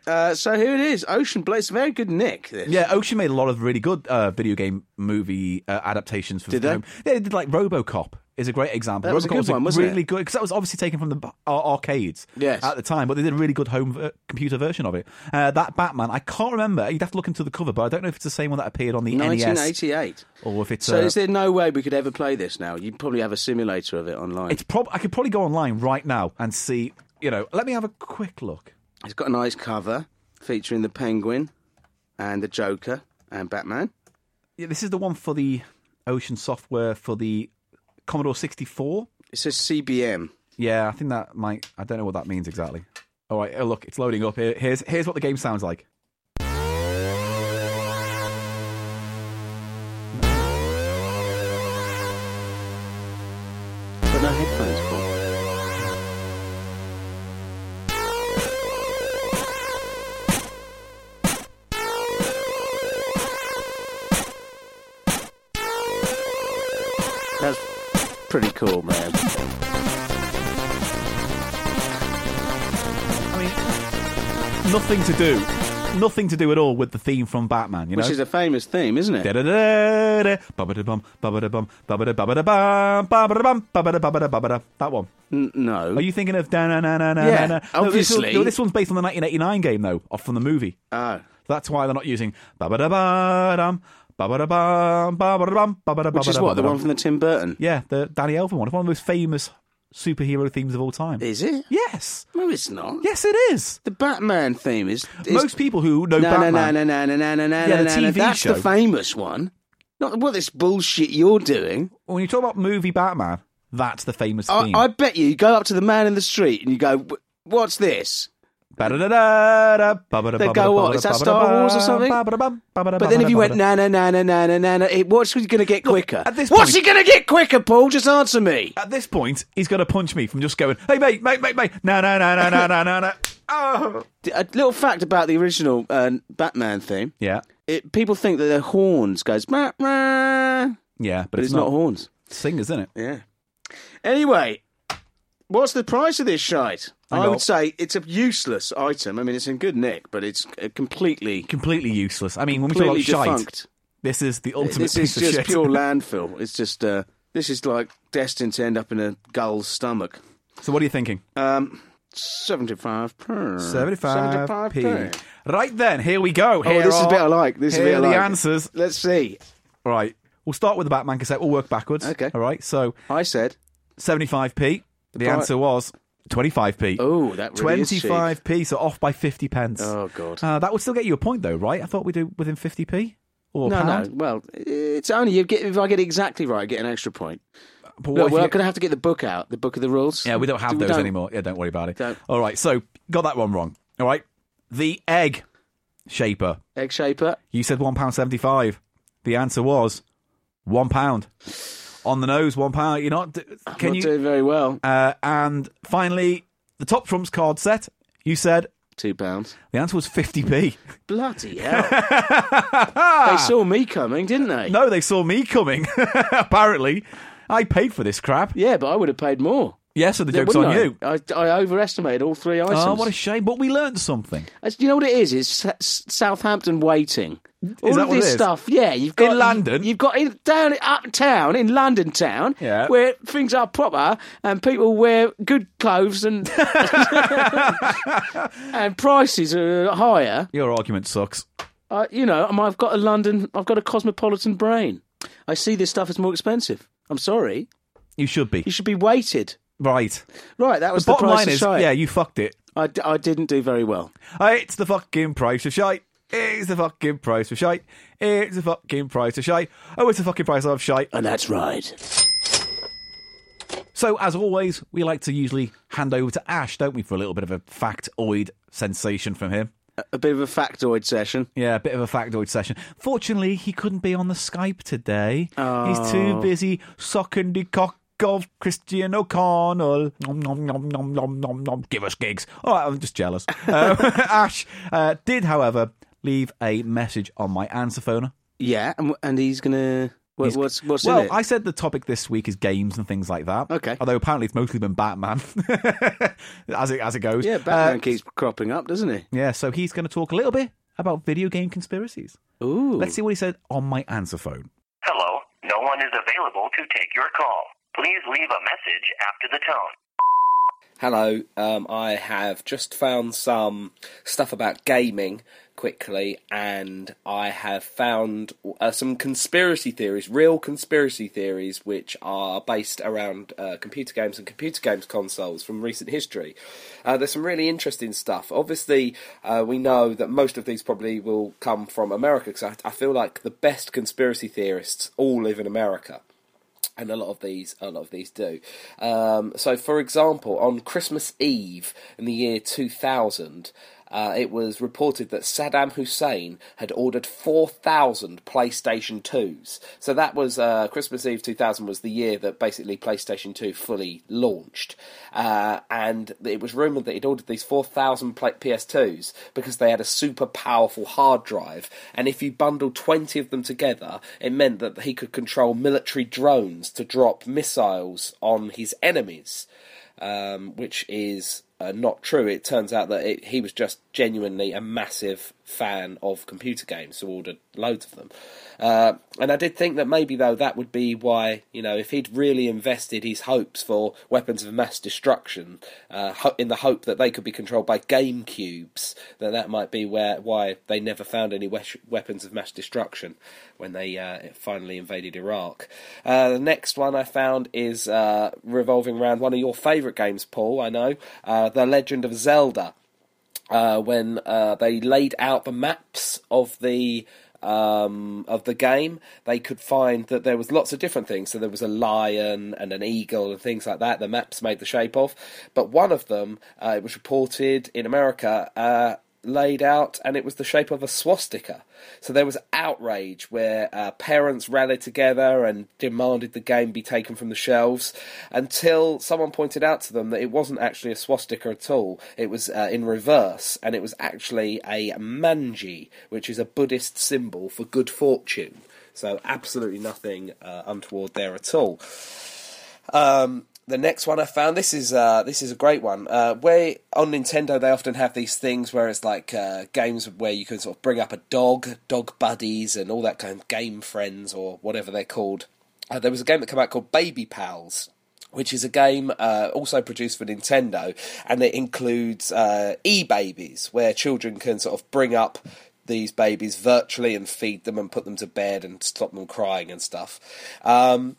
S1: Uh, so here it is, Ocean Blade. It's a very good nick. This.
S2: Yeah, Ocean made a lot of really good uh, video game movie uh, adaptations for
S1: Did they?
S2: film. Yeah, they did like RoboCop is a great example.
S1: That was a
S2: RoboCop
S1: good one, wasn't
S2: really
S1: it?
S2: good because that was obviously taken from the b- ar- arcades
S1: Yes.
S2: at the time, but they did a really good home ver- computer version of it. Uh, that Batman, I can't remember. You'd have to look into the cover, but I don't know if it's the same one that appeared on the NES
S1: 1988.
S2: or if it's.
S1: So
S2: uh,
S1: is there no way we could ever play this now? You'd probably have a simulator of it online.
S2: it's prob- I could probably go online right now and see. You know, let me have a quick look.
S1: It's got a nice cover featuring the Penguin and the Joker and Batman.
S2: Yeah, this is the one for the Ocean software for the Commodore 64.
S1: It says CBM.
S2: Yeah, I think that might. I don't know what that means exactly. All right, oh, look, it's loading up. Here, here's here's what the game sounds like.
S1: But no headphones for. That's pretty cool, man.
S2: Nothing to do, nothing to do at all with the theme from Batman. You know.
S1: Which is a famous theme, isn't it?
S2: Da-da-da-da, ba-ba-da-bum, ba-ba-da-bum, ba-ba-da-ba-ba-da-bum, ba-ba-da-bum, ba-ba-da-ba-da-ba-da. That one.
S1: N- no.
S2: Are you thinking of da na na na na
S1: Yeah,
S2: na? No, this one-
S1: obviously.
S2: no, this one's based on the 1989 game though, off from the movie.
S1: Oh.
S2: That's why they're not using ba-ba-da-ba-dum, ba-ba-da-bum, ba-ba-da-bum, ba-ba-da-ba-da-ba-da.
S1: Which is what? The one from the Tim Burton?
S2: Yeah, the Danny Elfman one. It's one of the most famous superhero themes of all time.
S1: Is it?
S2: yes.
S1: No, it's not.
S2: Yes, it is.
S1: The Batman theme is. is
S2: Most people who know
S1: No, no,
S2: Oh, Batman.
S1: no, no, no, no, no, no, no,
S2: Yeah, the
S1: no, no.
S2: TV
S1: That's
S2: show.
S1: the famous one. Not what this bullshit you're doing.
S2: When you talk about movie Batman, that's the famous
S1: I,
S2: theme.
S1: I bet you, you go up to the man in the street and you go, "Wh- "What's this?"
S2: Ba-da-da-da-da, ba-ba-da-ba-da-ba-da,
S1: They go, "What, is that Star Wars or something?"
S2: ba-ba-da-bum, ba-ba-da-ba-da-ba-da.
S1: But then if you went na na na na na na na, na, it, what's he going to get quicker?
S2: at this
S1: what's
S2: point-
S1: he going to get quicker, Paul? Just answer me.
S2: At this point, he's going to punch me from just going, hey, mate, mate, mate, mate, na na na na na na na na. Oh.
S1: D- A little fact about the original uh, Batman theme:
S2: Yeah,
S1: it, people think that their horns goes, "Mah, mah,"
S2: yeah, but
S1: but
S2: it's,
S1: it's not horns.
S2: singers, isn't it?
S1: Yeah. Anyway, what's the price of this shite?
S2: Hang
S1: I
S2: on.
S1: would say it's a useless item. I mean, it's in good nick, but it's uh, completely,
S2: Completely useless. I mean, when we talk
S1: completely
S2: about shite,
S1: defunct.
S2: this is the ultimate
S1: This is
S2: piece of
S1: just
S2: shit.
S1: pure landfill. It's just uh, this is like destined to end up in a gull's stomach.
S2: So what are you thinking?
S1: Um, 75 per.
S2: 75
S1: per.
S2: p. Right then, here we go.
S1: Oh,
S2: Here
S1: this is a
S2: are-
S1: bit I like. This is a
S2: here
S1: bit I
S2: are the
S1: like.
S2: answers.
S1: Let's see.
S2: Right. We'll start with the Batman cassette. We'll work backwards.
S1: Okay.
S2: All right. So
S1: I said,
S2: 75p. The
S1: pri-
S2: answer was 25p.
S1: oh, that really is cheap.
S2: 25p, so off by 50 pence.
S1: Oh, God.
S2: Uh, that would still get you a point, though, right? I thought we do within 50p or a
S1: no,
S2: pound.
S1: no. Well, it's only you get, if I get it exactly right, I get an extra point.
S2: But what
S1: Look,
S2: if
S1: we're
S2: you-
S1: going to have to get the book out, the book of the rules.
S2: Yeah, we don't have
S1: We
S2: those
S1: don't-
S2: anymore. Yeah, don't worry about it.
S1: Don't.
S2: All right, so got that one wrong. All right, the egg shaper.
S1: Egg shaper.
S2: You said one pound seventy-five. The answer was one pound. On the nose, one pound. You're not. Can
S1: Not
S2: you?
S1: doing very well.
S2: Uh, and finally, the top trumps card set. You said
S1: Two pounds.
S2: the answer was fifty p. *laughs*
S1: Bloody hell. they saw me coming, didn't they?
S2: No, they saw me coming. *laughs* apparently, I paid for this crap.
S1: Yeah, but I would have paid more.
S2: Yeah, so the
S1: Yeah,
S2: joke's on
S1: wouldn't
S2: you.
S1: I? I, I overestimated all three items.
S2: Oh, what a shame! But we learned something.
S1: As- you know what it is? It's S- Southampton waiting. All
S2: that
S1: of
S2: what it
S1: this
S2: is?
S1: stuff, yeah. You've got
S2: In London?
S1: You, have got in, down uptown in London town,
S2: Yeah.
S1: where things are proper and people wear good clothes
S2: *laughs*
S1: and *laughs* and prices are higher.
S2: Your argument sucks.
S1: Uh, you know, and I've got a London, I've got a cosmopolitan brain. I see this stuff as more expensive. I'm sorry,
S2: You should be
S1: you should be weighted.
S2: right.
S1: Right, that was the,
S2: Bottom
S1: price
S2: line
S1: of
S2: is,
S1: shite.
S2: yeah, you fucked it. Uh,
S1: I, d- I didn't do very well.
S2: It's the fucking price of shite. It's the fucking price of shite. It's the fucking price of shite. Oh, it's the fucking price of shite.
S1: And that's right.
S2: So, as always, we like to usually hand over to Ash, don't we, for a little bit of a factoid sensation from him.
S1: A bit of a factoid session.
S2: Yeah, a bit of a factoid session. Fortunately, he couldn't be on the Skype today. He's too
S1: Oh.
S2: busy sucking the cock of Christian O'Connell. Nom, nom, nom, nom, nom, nom, nom. Give us gigs. All right, I'm
S1: *laughs*
S2: just jealous. Uh, *laughs* Ash uh, did, however, leave a message on my answer phoner.
S1: Yeah, and, and he's gonna. What,
S2: He's-
S1: what's what's
S2: well,
S1: in it?
S2: I said the topic this week is games and things like that.
S1: Okay.
S2: Although apparently it's mostly been Batman, *laughs* as it as it goes.
S1: yeah, Batman
S2: Uh,
S1: keeps cropping up, doesn't he?
S2: yeah. So he's going to talk a little bit about video game conspiracies.
S1: Ooh,
S2: Let's see what he said on my answer phone.
S6: Hello, no one is available to take your call. Please leave a message after the tone.
S7: Hello, um, I have just found some stuff about gaming quickly, and I have found uh, some conspiracy theories, real conspiracy theories, which are based around uh, computer games and computer games consoles from recent history. Uh, there's some really interesting stuff. Obviously, uh, we know that most of these probably will come from America, because I, I feel like the best conspiracy theorists all live in America and a lot of these a lot of these do um, so for example on christmas eve in the year 2000 uh, it was reported that Saddam Hussein had ordered 4,000 PlayStation 2s. So that was uh, Christmas Eve 2000 was the year that basically PlayStation 2 fully launched. Uh, and it was rumoured that he'd ordered these 4,000 pla- PS2s because they had a super powerful hard drive. And if you bundled 20 of them together, it meant that he could control military drones to drop missiles on his enemies, um, which is uh, not true. It turns out that it, he was just genuinely a massive fan of computer games, so ordered loads of them. Uh, and I did think that maybe, though, that would be why, you know, if he'd really invested his hopes for weapons of mass destruction uh, ho- in the hope that they could be controlled by game cubes, that that might be where why they never found any wesh weapons of mass destruction when they uh, finally invaded Iraq. Uh, the next one I found is uh, revolving around one of your favourite games, Paul, I know, uh, The Legend of Zelda uh, when uh, they laid out the maps of the um, of the game, they could find that there was lots of different things. So there was a lion and an eagle and things like that. The maps made the shape of, but one of them, uh, it was reported in America. Uh, laid out and it was the shape of a swastika. So there was outrage where uh, parents rallied together and demanded the game be taken from the shelves until someone pointed out to them that it wasn't actually a swastika at all. It was uh, in reverse and it was actually a manji, which is a Buddhist symbol for good fortune. So absolutely nothing uh, untoward there at all. Um, the next one I found this is uh, this is a great one. Uh, where on Nintendo they often have these things where it's like uh, games where you can sort of bring up a dog, dog buddies, and all that kind of game friends or whatever they're called. Uh, there was a game that came out called Baby Pals, which is a game uh, also produced for Nintendo, and it includes uh, e-babies, where children can sort of bring up these babies virtually and feed them and put them to bed and stop them crying and stuff. Um,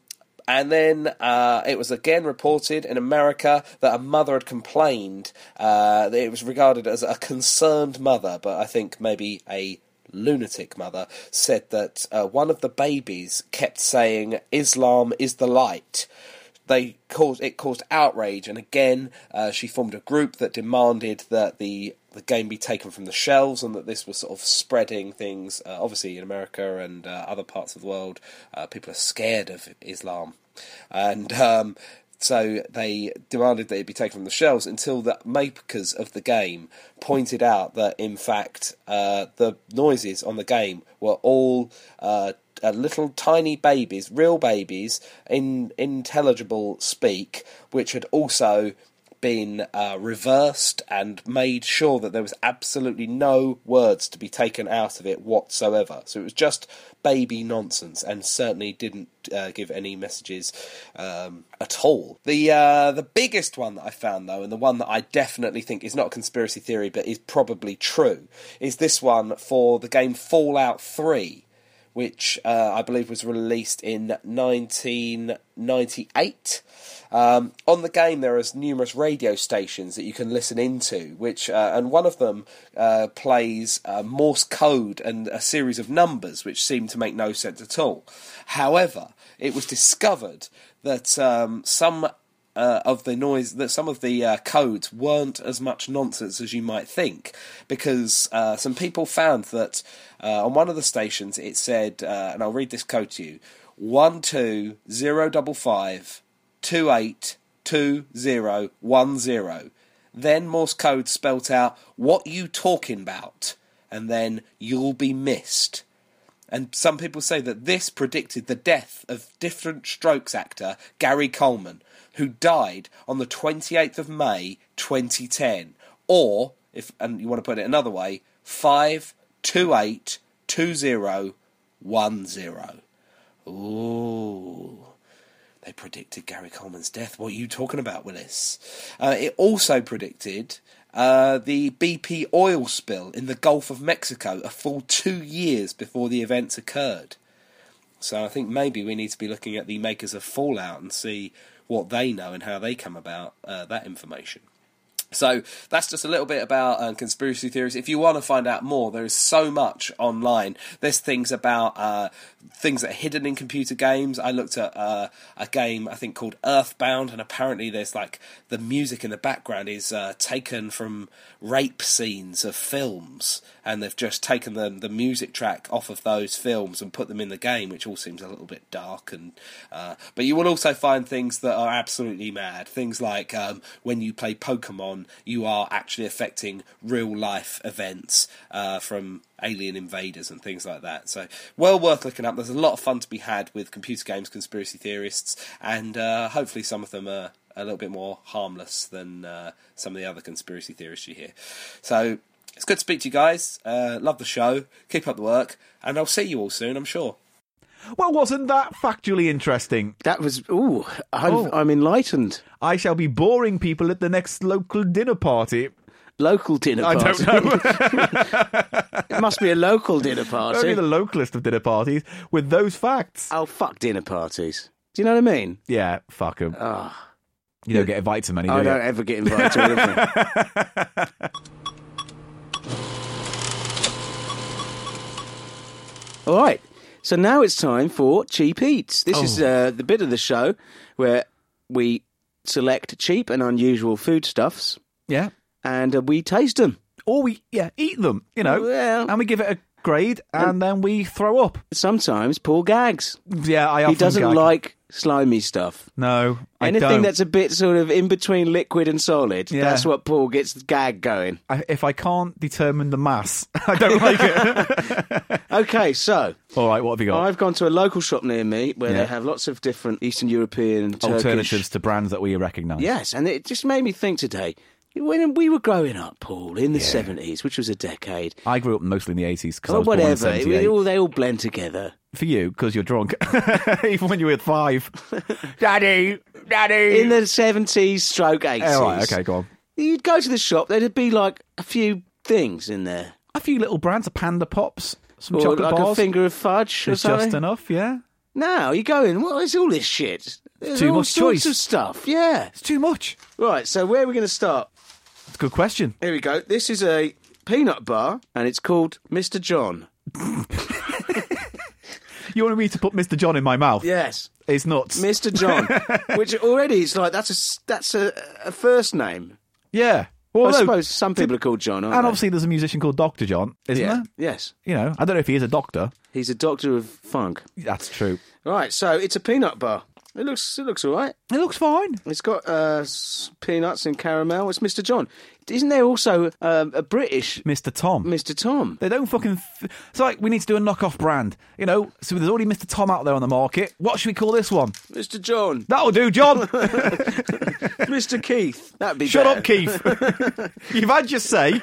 S7: and then uh, it was again reported in America that a mother had complained uh, that it was regarded as a concerned mother, but I think maybe a lunatic mother said that uh, one of the babies kept saying Islam is the light. They caused it caused outrage, and again uh, she formed a group that demanded that the the game be taken from the shelves and that this was sort of spreading things. Uh, obviously, in America and uh, other parts of the world, uh, people are scared of Islam, and um, so they demanded that it be taken from the shelves until the makers of the game pointed out that, in fact, uh, the noises on the game were all uh, uh, little tiny babies, real babies, in intelligible speak, which had also been uh, reversed and made sure that there was absolutely no words to be taken out of it whatsoever. So it was just baby nonsense, and certainly didn't uh, give any messages um, at all. The uh, the biggest one that I found though, and the one that I definitely think is not a conspiracy theory but is probably true, is this one for the game Fallout Three which uh, I believe was released in 1998. Um, on the game, there is numerous radio stations that you can listen into, which uh, and one of them uh, plays uh, Morse code and a series of numbers, which seem to make no sense at all. However, it was discovered that um, some uh, of the noise that some of the uh, codes weren't as much nonsense as you might think, because uh, some people found that uh, on one of the stations it said, uh, and I'll read this code to you: one two zero double five two eight two zero one zero. Then Morse code spelt out what you talking about, and then you'll be missed. And some people say that this predicted the death of different strokes actor Gary Coleman, who died on the 28th of May 2010. Or, if and you want to put it another way, 5282010. Ooh. They predicted Gary Coleman's death. What are you talking about, Willis? Uh, it also predicted uh, the BP oil spill in the Gulf of Mexico a full two years before the events occurred. So I think maybe we need to be looking at the makers of Fallout and see what they know and how they come about uh, that information. So that's just a little bit about um, conspiracy theories. If you want to find out more, there is so much online. There's things about uh, things that are hidden in computer games. I looked at uh, a game I think called Earthbound, and apparently there's like the music in the background is uh, taken from rape scenes of films, and they've just taken the the music track off of those films and put them in the game, which all seems a little bit dark. And uh, but you will also find things that are absolutely mad. Things like um, when you play Pokemon, you are actually affecting real life events uh, from alien invaders and things like that. So well worth looking up. There's a lot of fun to be had with computer games, conspiracy theorists, and uh, hopefully some of them are. A little bit more harmless than uh, some of the other conspiracy theorists you hear. So it's good to speak to you guys. Uh, love the show. Keep up the work, and I'll see you all soon. I'm sure.
S2: Well, wasn't that factually interesting?
S1: That was ooh, I'm,
S2: Oh.
S1: I'm enlightened.
S2: I shall be boring people at the next local dinner party.
S1: Local dinner
S2: I
S1: party.
S2: don't know.
S1: *laughs* It must be a local dinner party.
S2: *laughs* Only the localist of dinner parties with those facts.
S1: Oh fuck dinner parties. Do you know what I mean?
S2: Yeah, fuck 'em. You don't get invited to many, do
S1: Ah. I
S2: you?
S1: don't ever get invited to anything.
S2: *laughs*
S1: All right. So now it's time for cheap eats. This
S2: Oh.
S1: is uh, the bit of the show where we select cheap and unusual foodstuffs
S2: Yeah.
S1: and uh, we taste them.
S2: Or we, yeah, eat them, you know,
S1: Well-
S2: and we give it a grade, and then we throw up.
S1: Sometimes Paul gags.
S2: Yeah, I
S1: He
S2: often
S1: doesn't
S2: gag.
S1: like slimy stuff.
S2: no. I
S1: Anything
S2: don't.
S1: that's a bit sort of in between liquid and solid.
S2: Yeah.
S1: That's what Paul gets the gag going.
S2: I, if I can't determine the mass, *laughs* I don't like it.
S1: Okay, so
S2: All right, what have you got?
S1: I've gone to a local shop near me where
S2: Yeah.
S1: they have lots of different Eastern European and Turkish-
S2: Alternatives to brands that we recognise.
S1: Yes, and it just made me think today. When we were growing up, Paul, in the seventies, which was a decade,
S2: I grew up mostly in the eighties because I
S1: or
S2: was born in
S1: whatever, it-
S2: 78.
S1: all, they all blend together.
S2: for you because you're drunk, *laughs* even when you were
S1: *laughs*
S2: five. daddy, daddy.
S1: In the seventies, stroke eighties.
S2: Oh, right, okay, go on.
S1: You'd go to the shop. There'd be like a few things in there,
S2: A few little brands of panda pops, some
S1: or
S2: chocolate
S1: like
S2: bars.
S1: a finger of fudge or
S2: it's
S1: something.
S2: just enough, yeah.
S1: Now you go in. What is all this shit? There's
S2: Too
S1: all
S2: much
S1: sorts
S2: choice.
S1: of stuff. Yeah.
S2: It's too much.
S1: Right. So where are we going to start?
S2: It's a good question.
S1: Here we go. This is a peanut bar, and it's called Mr. John.
S2: You wanted me to put Mr. John in my mouth?
S1: Yes.
S2: It's nuts.
S1: Mr.
S2: *laughs*
S1: John, which already is like that's a s- that's a, a first name.
S2: yeah. Well,
S1: I
S2: no,
S1: suppose some people are called John, aren't
S2: And
S1: they?
S2: obviously, there's a musician called Doctor John, isn't
S1: yeah.
S2: there?
S1: Yes,
S2: You know, I don't know if he is a doctor.
S1: he's a doctor of funk.
S2: That's true.
S1: Right, so it's a peanut bar. It looks it looks all right.
S2: It looks fine.
S1: It's got uh, s- peanuts and caramel. It's Mr. John. Isn't there also um, a British
S2: Mr. Tom.
S1: Mr. Tom?
S2: They don't fucking. Th- it's like we need to do a knockoff brand, you know. So there's already Mr. Tom out there on the market. What should we call this one?
S1: Mr. John,
S2: That'll
S1: *laughs*
S2: do, John.
S1: Mr. Keith. That'd be
S2: Shut
S1: better.
S2: up, Keith. *laughs* You've had your say,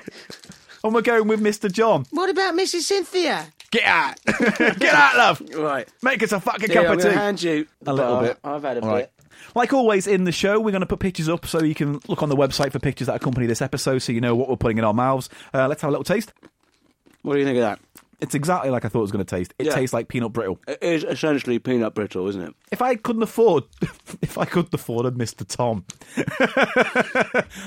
S2: and we're going with Mr. John.
S1: What about Mrs. Cynthia?
S2: Get out, *laughs* get out, love.
S1: Right.
S2: Make us a fucking
S1: Here,
S2: cup
S1: I'm
S2: of
S1: gonna
S2: tea.
S1: hand you the
S2: A little
S1: bar.
S2: bit.
S1: I've had a
S2: All
S1: bit.
S2: right. Like always in the show, we're going to put pictures up so you can look on the website for pictures that accompany this episode so you know what we're putting in our mouths. Uh, let's have a little taste.
S1: What do you think of
S2: It's exactly like I thought it was going to taste. It
S1: Yeah. Uh,
S2: tastes like peanut brittle.
S1: that? It is essentially peanut brittle, isn't it?
S2: If I couldn't afford, *laughs* if I couldn't afford a Mr. Tom, *laughs*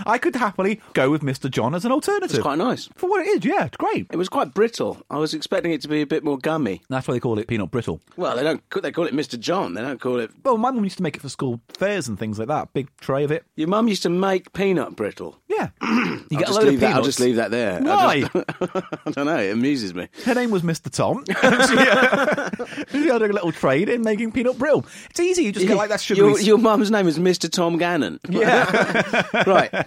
S2: I could happily go with Mr. John as an alternative.
S1: It's quite nice.
S2: For what it is, yeah, it's great.
S1: It was quite brittle. I was expecting it to be a bit more gummy.
S2: That's why they call it peanut brittle.
S1: Well, they don't. They call it Mr. John. They don't call it.
S2: Well, my mum used to make it for school fairs and things like that. Big tray of it.
S1: Your mum used to make peanut brittle. *clears throat*
S2: Yeah, you
S1: I'll
S2: get a
S1: just
S2: load
S1: leave
S2: of
S1: that. I'll
S2: peanuts.
S1: just leave that there. I,
S2: Why?
S1: just- *laughs* I don't know. It amuses me.
S2: Her name was Mr.
S1: *laughs*
S2: Tom. *laughs* uh, she, had a little trade in making peanut brittle. It's easy. You just get like that sugary.
S1: Your, your mum's name is Mr. Tom
S2: *laughs*
S1: Gannon. Yeah. *laughs* right.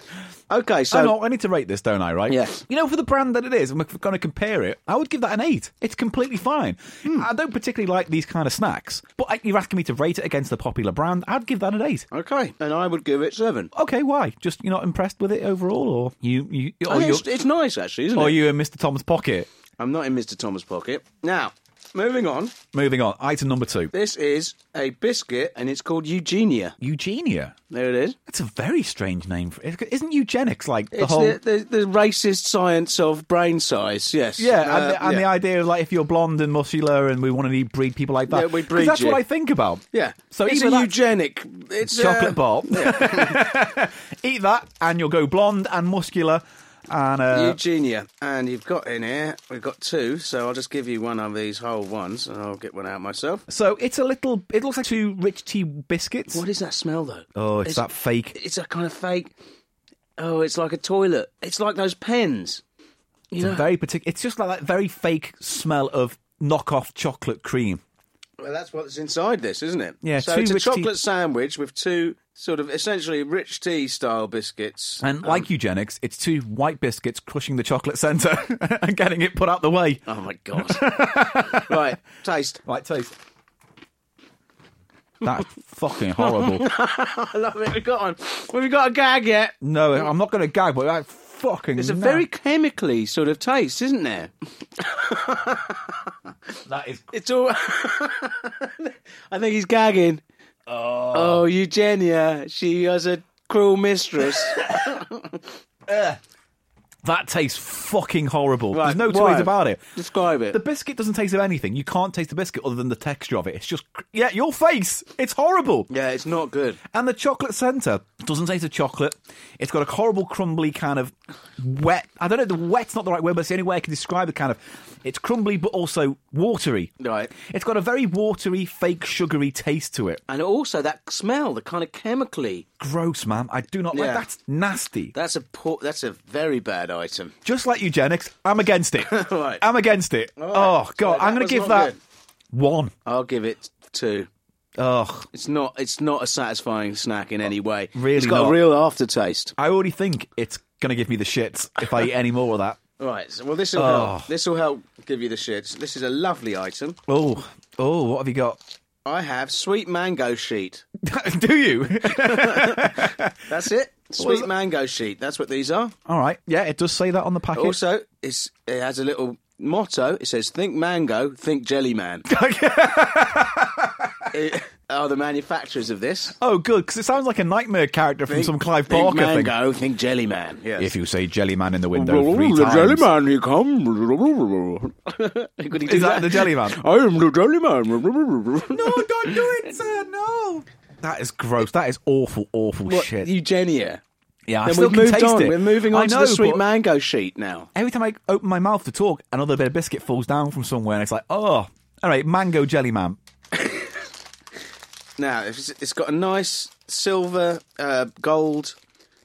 S1: Okay. So
S2: I know, I need to rate this, don't I? Right?
S1: Yes.
S2: You know, for the brand that it is, and we're going to compare it. I would give that an eight. It's completely fine.
S1: Hmm.
S2: I don't particularly like these kind of snacks, but I, you're asking me to rate it against the popular brand. I'd give that an eight.
S1: okay, and I would give it seven.
S2: Okay, why? Just you're not impressed with it overall, or you you
S1: I
S2: or
S1: think
S2: you
S1: it's, it's nice actually, isn't
S2: or
S1: it?
S2: Oh, you in Mr. Tom's pocket?
S1: I'm not in Mr. Tom's pocket now. Moving on.
S2: Moving on. Item number two.
S1: This is a biscuit, and it's called Eugenia.
S2: Eugenia.
S1: There it is.
S2: That's a very strange name. For, isn't eugenics like the
S1: it's
S2: whole?
S1: the, the, the racist science of brain size. Yes.
S2: Yeah,
S1: Uh,
S2: and, the, and
S1: yeah.
S2: the idea of like if you're blonde and muscular and we want to breed people like that.
S1: Yeah, we
S2: 'Cause
S1: breed
S2: That's
S1: you.
S2: what I think about.
S1: Yeah.
S2: So
S1: it's
S2: either
S1: a
S2: that
S1: eugenic. It's
S2: chocolate
S1: uh,
S2: bar. *laughs* Eat that and you'll go blonde and muscular and uh,
S1: Eugenia, and you've got in here. We've got two, so I'll just give you one of these whole ones, and I'll get one out myself.
S2: so it's a little. It looks like two rich tea biscuits.
S1: What is that smell though?
S2: oh, it's,
S1: It's-
S2: that fake.
S1: It's a kind of fake. Oh, it's like a toilet. It's like those pens.
S2: It's a very particular. It's just like that very fake smell of knockoff chocolate cream.
S1: Well, that's what's inside this, isn't it?
S2: Yeah,
S1: So
S2: two
S1: it's a
S2: rich tea-
S1: chocolate sandwich with two sort of essentially rich tea style biscuits.
S2: And like eugenics, it's two white biscuits crushing the chocolate centre *laughs* and getting it put out the way.
S1: Oh my
S2: *laughs*
S1: god! right, taste.
S2: Right, taste. That's fucking horrible.
S1: I love it. We've got one. Have we got a gag yet?
S2: No, I'm not going to gag, but that fucking.
S1: It's a very chemically sort of taste, isn't there?
S2: *laughs* That is.
S1: It's all. *laughs* I think he's gagging. Oh. Eugenia, she has a cruel
S2: *laughs*
S1: mistress.
S2: That tastes fucking horrible.
S1: Right,
S2: There's no two
S1: why?
S2: ways about it.
S1: Describe it.
S2: The biscuit doesn't taste of anything. You can't taste the biscuit other than the texture of it. It's just yeah, your face. It's horrible.
S1: yeah, it's not good.
S2: And the chocolate centre doesn't taste of chocolate. It's got a horrible, crumbly kind of wet. I don't know. The wet's not the right word, but it's the only way I can describe the kind of. It's crumbly, but also watery.
S1: Right.
S2: It's got a very watery, fake, sugary taste to it.
S1: And also that smell, the kind of chemically.
S2: Gross, man. I do not like.
S1: Yeah.
S2: That's nasty.
S1: That's a poor, that's a very bad item. *laughs*
S2: just like eugenics, I'm against it.
S1: Right.
S2: I'm against it.
S1: right.
S2: Oh god,
S1: So
S2: I'm
S1: that
S2: going
S1: was
S2: to
S1: not
S2: give that
S1: good.
S2: one.
S1: I'll give it two.
S2: Ugh,
S1: It's not. It's not a satisfying snack in any way.
S2: Really
S1: it's got
S2: not.
S1: a real aftertaste.
S2: I already think it's going to give me the shits if I eat any more of that.
S1: Right. So, well, this will
S2: Oh.
S1: help. This will help give you the shits. This is a lovely item.
S2: Oh, oh, what have you got? *laughs*
S1: I have sweet mango sheet.
S2: Do you?
S1: That's
S2: *laughs*
S1: it. Sweet mango sheet. That's what these are.
S2: All right. Yeah, it does say that on the packet.
S1: Also, it's, it has a little motto, it says "Think mango, think
S2: *laughs*
S1: Jellyman." It- are the manufacturers of this?
S2: Oh, good, because it sounds like a nightmare character from
S1: Think-
S2: some Clive
S1: think
S2: Barker thing.
S1: mango, think Jellyman. Yes.
S2: If you say Jellyman in the
S1: Oh,
S2: window three times.
S1: he comes. Could he do
S2: *laughs* Is that the Jellyman?
S1: *laughs* I am the Jellyman.
S2: no, don't do *laughs* it, sir, no. That is gross. That is awful, awful
S1: What,
S2: shit.
S1: Eugenia.
S2: yeah, I
S1: Then
S2: still
S1: we've
S2: can
S1: moved
S2: taste
S1: on.
S2: it.
S1: We're moving on
S2: I
S1: to
S2: know,
S1: the sweet
S2: but
S1: mango sheet now.
S2: Every time I open my mouth to talk, another bit of biscuit falls down from somewhere, and it's like, oh, all right, mango Jellyman.
S1: Now it's, it's got a nice silver uh, gold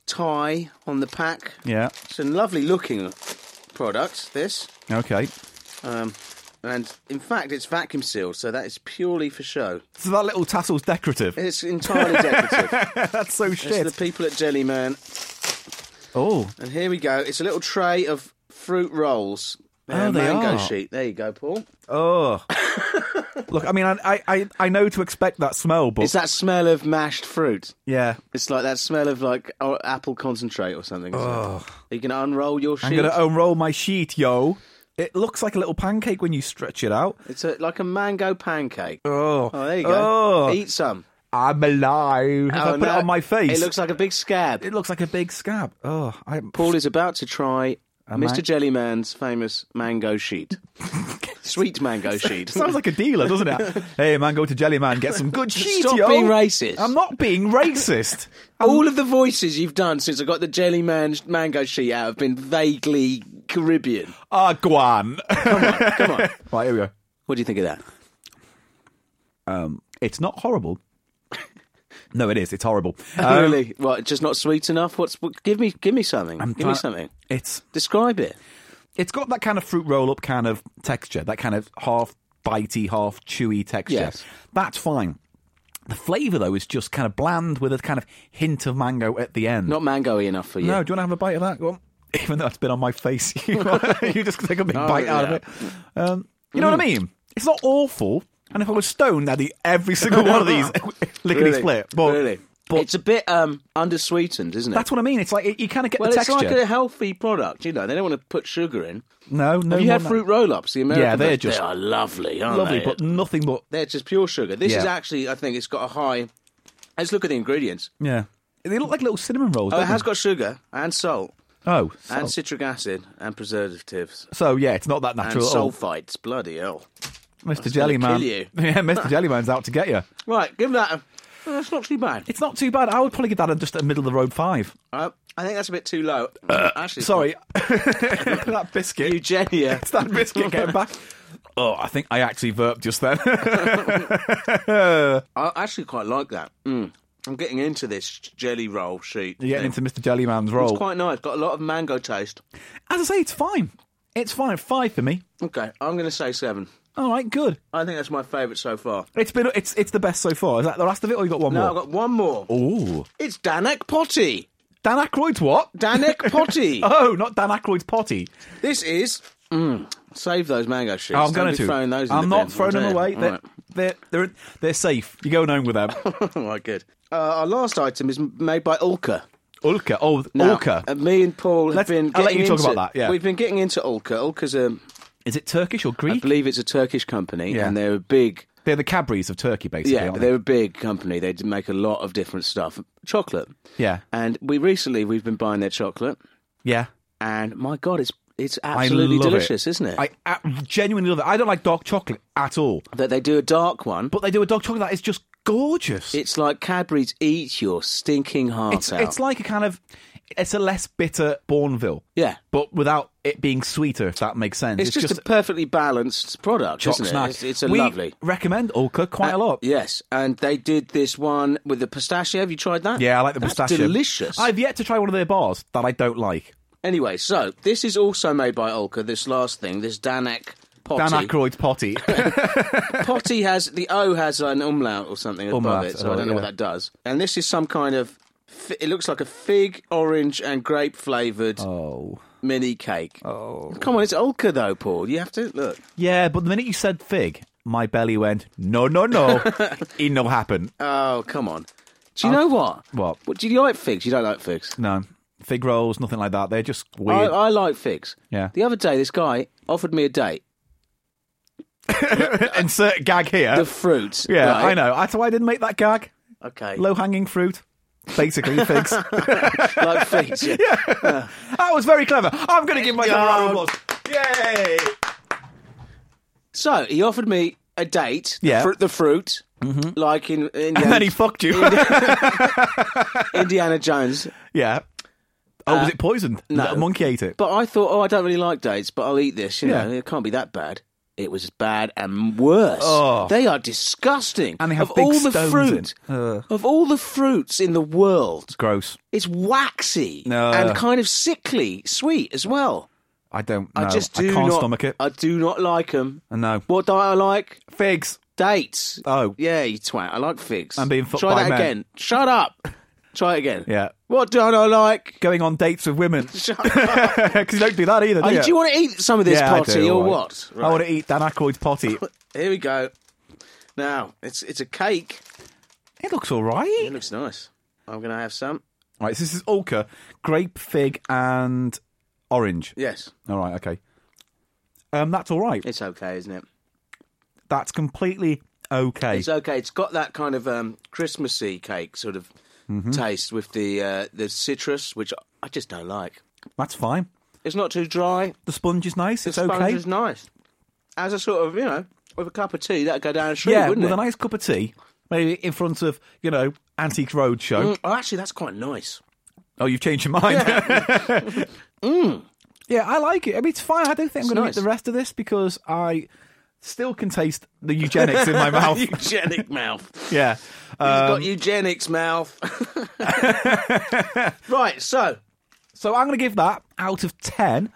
S1: tie on the pack.
S2: Yeah,
S1: It's a lovely looking product. This,
S2: okay.
S1: um, and in fact, it's vacuum sealed, so that is purely for show.
S2: So that little tassel's decorative.
S1: It's *laughs* entirely decorative.
S2: That's so
S1: it's the
S2: shit.
S1: people at Jellyman,
S2: Oh,
S1: and here we go. It's a little tray of fruit rolls.
S2: Oh, they
S1: mango
S2: are.
S1: sheet. There you go, Paul. *laughs*
S2: oh. Look, I mean, I, I- I, I know to expect that smell, but
S1: It's that smell of mashed fruit.
S2: yeah,
S1: It's like that smell of like o- apple concentrate or something. Isn't it? You can unroll your sheet.
S2: I'm gonna unroll my sheet, yo. It looks like a little pancake when you stretch it out.
S1: It's a, like a mango pancake.
S2: Oh,
S1: Oh, there you go.
S2: Oh.
S1: Eat some.
S2: I'm alive. If I
S1: Oh,
S2: put
S1: no.
S2: it on my
S1: It
S2: face.
S1: looks like a big scab.
S2: it looks like a big scab. Oh, I,
S1: Paul is about to try Mr.
S2: I-
S1: Jellyman's famous mango
S2: *laughs*
S1: sheet. Sweet mango sheet.
S2: sounds like a dealer, doesn't
S1: *laughs*
S2: it? hey, man, go to Jellyman, get some good sheet,
S1: Stop
S2: yo.
S1: being racist.
S2: I'm not
S1: *laughs*
S2: being racist.
S1: All of the voices you've done since I got the Jellyman sh- mango sheet out have been vaguely Caribbean.
S2: Ah, Guan.
S1: Come on.
S2: *laughs* right, here we go.
S1: what do you think of that?
S2: It's
S1: *laughs*
S2: not horrible. No, it is. It's horrible.
S1: really? Um, What? Just not sweet enough? What's? What, give me, give me something.
S2: I'm
S1: give me
S2: trying-
S1: something.
S2: It's
S1: Describe it.
S2: it's got that kind of fruit roll up kind of texture, that kind of half bitey, half chewy texture.
S1: Yes.
S2: That's fine. The flavour though is just kind of bland with a kind of hint of mango at the end.
S1: Not mangoey enough for you.
S2: No, do you want to have a bite of that? Go on. *laughs* Even though it's been on my face, *laughs* you, you just take a
S1: *laughs*
S2: big
S1: Oh,
S2: bite out of
S1: yeah. Mm.
S2: it. Um, you know what I mean? It's not awful. And if I was stoned, I'd eat every single one of
S1: *laughs*
S2: these *laughs* lickety
S1: really?
S2: split. But
S1: really? it's a bit um, undersweetened, isn't it?
S2: that's what I mean. It's like you kind of get
S1: well,
S2: the
S1: it's
S2: texture.
S1: like a healthy product, you know. They don't want to put sugar in.
S2: no, no.
S1: Have you
S2: more
S1: had
S2: than
S1: fruit roll-ups? The American
S2: Yeah, they're
S1: ones?
S2: just-
S1: they are lovely,
S2: that.
S1: aren't
S2: lovely,
S1: they?
S2: but nothing but
S1: they're just pure sugar. This is
S2: Yeah.
S1: actually, I think, it's got a high. Let's look at the ingredients.
S2: yeah. They look like little cinnamon rolls.
S1: Oh,
S2: don't
S1: it has
S2: they?
S1: got sugar and salt
S2: oh,
S1: and
S2: salt.
S1: citric acid and preservatives
S2: so yeah, it's not that
S1: and
S2: natural. at all.
S1: sulfites. Bloody hell!
S2: Mr.
S1: gonna
S2: Jellyman,
S1: kill you.
S2: *laughs* yeah, Mr. Jellyman's out to get you.
S1: Right, give that. A, well, that's not too bad.
S2: It's not too bad. I would probably give that a, just a middle of the road five.
S1: Uh, I think that's a bit too low. actually,
S2: Sorry, that biscuit.
S1: *laughs* Eugenia.
S2: It's *laughs* that biscuit getting back. Oh, I think I actually burped just *laughs* then.
S1: I actually quite like that. Mm. I'm getting into this jelly roll sheet.
S2: You're getting
S1: thing.
S2: into Mr. Jellyman's
S1: It's
S2: roll.
S1: quite nice. Got a lot of mango taste.
S2: As I say, it's fine. It's fine. Five for me.
S1: Okay, I'm going to say seven.
S2: All right, good.
S1: I think that's my favourite so far.
S2: It's been it's it's the best so far. Is that the last of it, or you got one
S1: Now I've
S2: more?
S1: got one more.
S2: Oh. Ooh,
S1: It's Danek Potty.
S2: Dan Aykroyd's what? *laughs*
S1: Danek Potty.
S2: Oh, not Dan Aykroyd's potty.
S1: this is. Mm, save those mango sheets.
S2: I'm
S1: Don't
S2: going
S1: be
S2: to.
S1: throwing those. In
S2: I'm
S1: the
S2: not
S1: bin,
S2: throwing
S1: I'll
S2: them
S1: tell
S2: away.
S1: you.
S2: They're, they're they're they're safe. You're going home
S1: *laughs*
S2: with them.
S1: All right, All right, good. Uh, our last item is m- made by Ulka.
S2: Ulka. Oh,
S1: Now,
S2: Ulka.
S1: uh, me and Paul have
S2: Let's-
S1: been.
S2: I'll let
S1: getting
S2: you talk
S1: into-
S2: about that, yeah.
S1: we've been getting into Ulka. Ulka's a,
S2: Is it Turkish or
S1: I
S2: Greek?
S1: believe it's a Turkish company,
S2: Yeah.
S1: and they're a big
S2: They're the Cadbury's of Turkey, basically.
S1: Yeah,
S2: aren't
S1: they're a big company. They d- make a lot of different stuff. Chocolate.
S2: Yeah.
S1: And we recently we've been buying their chocolate,
S2: Yeah.
S1: and my God, it's it's
S2: I
S1: absolutely
S2: love
S1: delicious,
S2: is
S1: isn't it?
S2: I uh, genuinely love it. I don't like dark chocolate at all,
S1: that they do a dark one, but
S2: but they do a dark chocolate that is just gorgeous.
S1: it's like Cadbury's eat your stinking heart
S2: it's,
S1: out.
S2: it's like a kind of it's a less bitter Bourneville,
S1: yeah.
S2: but without it being sweeter. If that makes sense,
S1: It's, just, a perfectly balanced product,
S2: choc
S1: isn't it?
S2: snack.
S1: It's, it's a
S2: we
S1: lovely. Uh,
S2: recommend Ulka quite a lot.
S1: Yes, and they did this one with the pistachio. Have you tried that?
S2: Yeah, I like the
S1: That's
S2: pistachio.
S1: Delicious.
S2: I've yet to try one of their bars that I don't like.
S1: Anyway, so this is also made by Olka. This last thing, this Danak potty.
S2: Dan
S1: *laughs*
S2: Aykroyd's potty.
S1: Potty has the O has an umlaut or something above
S2: Umlaut,
S1: it, so I
S2: oh,
S1: don't know what
S2: yeah.
S1: that does. And this is some kind of fi- it looks like a fig, orange, and grape flavored
S2: oh.
S1: mini cake. Oh, come on, it's Olka though, Paul. You have to look.
S2: Yeah, but the minute you said fig, my belly went, no,
S1: *laughs*
S2: no, no. it no happen.
S1: Oh, come on. Do you know what?
S2: what?
S1: Do you like figs? You don't like figs.
S2: No. fig rolls, nothing like that. They're just
S1: I,
S2: weird.
S1: I like figs.
S2: Yeah.
S1: The other day, this guy offered me a date.
S2: *laughs* Insert gag here.
S1: The fruits.
S2: Uh, yeah,
S1: right?
S2: I know. That's why I didn't make that gag.
S1: Okay.
S2: Low hanging fruit. Basically,
S1: *laughs*
S2: figs.
S1: like figs.
S2: *laughs*
S1: yeah.
S2: That was very clever. I'm going to give myself a round of applause. Yay!
S1: So he offered me a date.
S2: Yeah. Mm-hmm.
S1: Fr- the fruit. Like in Indiana,
S2: *laughs* And then he fucked you.
S1: Indiana Jones.
S2: *laughs* yeah. Oh, was it poisoned?
S1: Uh, no.
S2: The monkey ate it.
S1: But I thought, oh, I don't really like dates, but I'll eat this. You know,
S2: Yeah.
S1: it can't be that bad. It was bad and worse.
S2: Oh.
S1: They are disgusting.
S2: And they have
S1: of
S2: big
S1: all the
S2: stones
S1: fruit,
S2: in. Ugh.
S1: of all the fruits in the world,
S2: Gross.
S1: it's waxy
S2: No.
S1: and kind of sickly sweet as well.
S2: I don't know.
S1: I just do
S2: can't
S1: not
S2: stomach it.
S1: I do not like them.
S2: no.
S1: What diet I like?
S2: Figs.
S1: Dates.
S2: Oh.
S1: yeah, you twat. I like figs.
S2: I'm being fucked
S1: Try
S2: by
S1: that
S2: men.
S1: again. Shut
S2: *laughs*
S1: up. Try it again.
S2: Yeah.
S1: What diet I like?
S2: Going on dates
S1: *laughs*
S2: with women. *laughs* Because you don't do that either, do
S1: Hey,
S2: you?
S1: do you want to eat some of this
S2: Yeah, I
S1: potty
S2: do,
S1: or
S2: alright.
S1: what?
S2: I want to eat Dan Aykroyd's
S1: *laughs*
S2: potty.
S1: Here we go. Now it's it's a cake.
S2: it looks all right.
S1: It looks nice. I'm gonna have some.
S2: All right, so this is Ulka, grape, fig, and orange.
S1: Yes,
S2: All right, okay. Um, that's all right.
S1: it's okay, isn't it?
S2: That's completely okay.
S1: It's okay. It's got that kind of um, Christmassy cake sort of
S2: Mm-hmm.
S1: taste with the uh, the citrus, which I just don't like.
S2: That's fine.
S1: It's not too dry.
S2: The sponge is nice. It's
S1: the sponge
S2: okay.
S1: is nice. As a sort of you know, with a cup of tea, that'd go down street,
S2: yeah, with
S1: wouldn't
S2: a
S1: it?
S2: nice cup of tea, maybe in front of you know Antiques Roadshow.
S1: Mm, oh, actually, that's quite
S2: *laughs*
S1: nice.
S2: Oh, you've changed your mind. Yeah. *laughs* I like it. I mean, it's fine. I don't think I'm going to
S1: Mm. nice.
S2: eat the rest of this because I still can taste the eugenics
S1: *laughs*
S2: in my mouth.
S1: Eugenic mouth.
S2: Yeah. Uh,
S1: He's
S2: Um,
S1: got eugenics
S2: *laughs*
S1: mouth. right, so
S2: So I'm going to give that out of 10.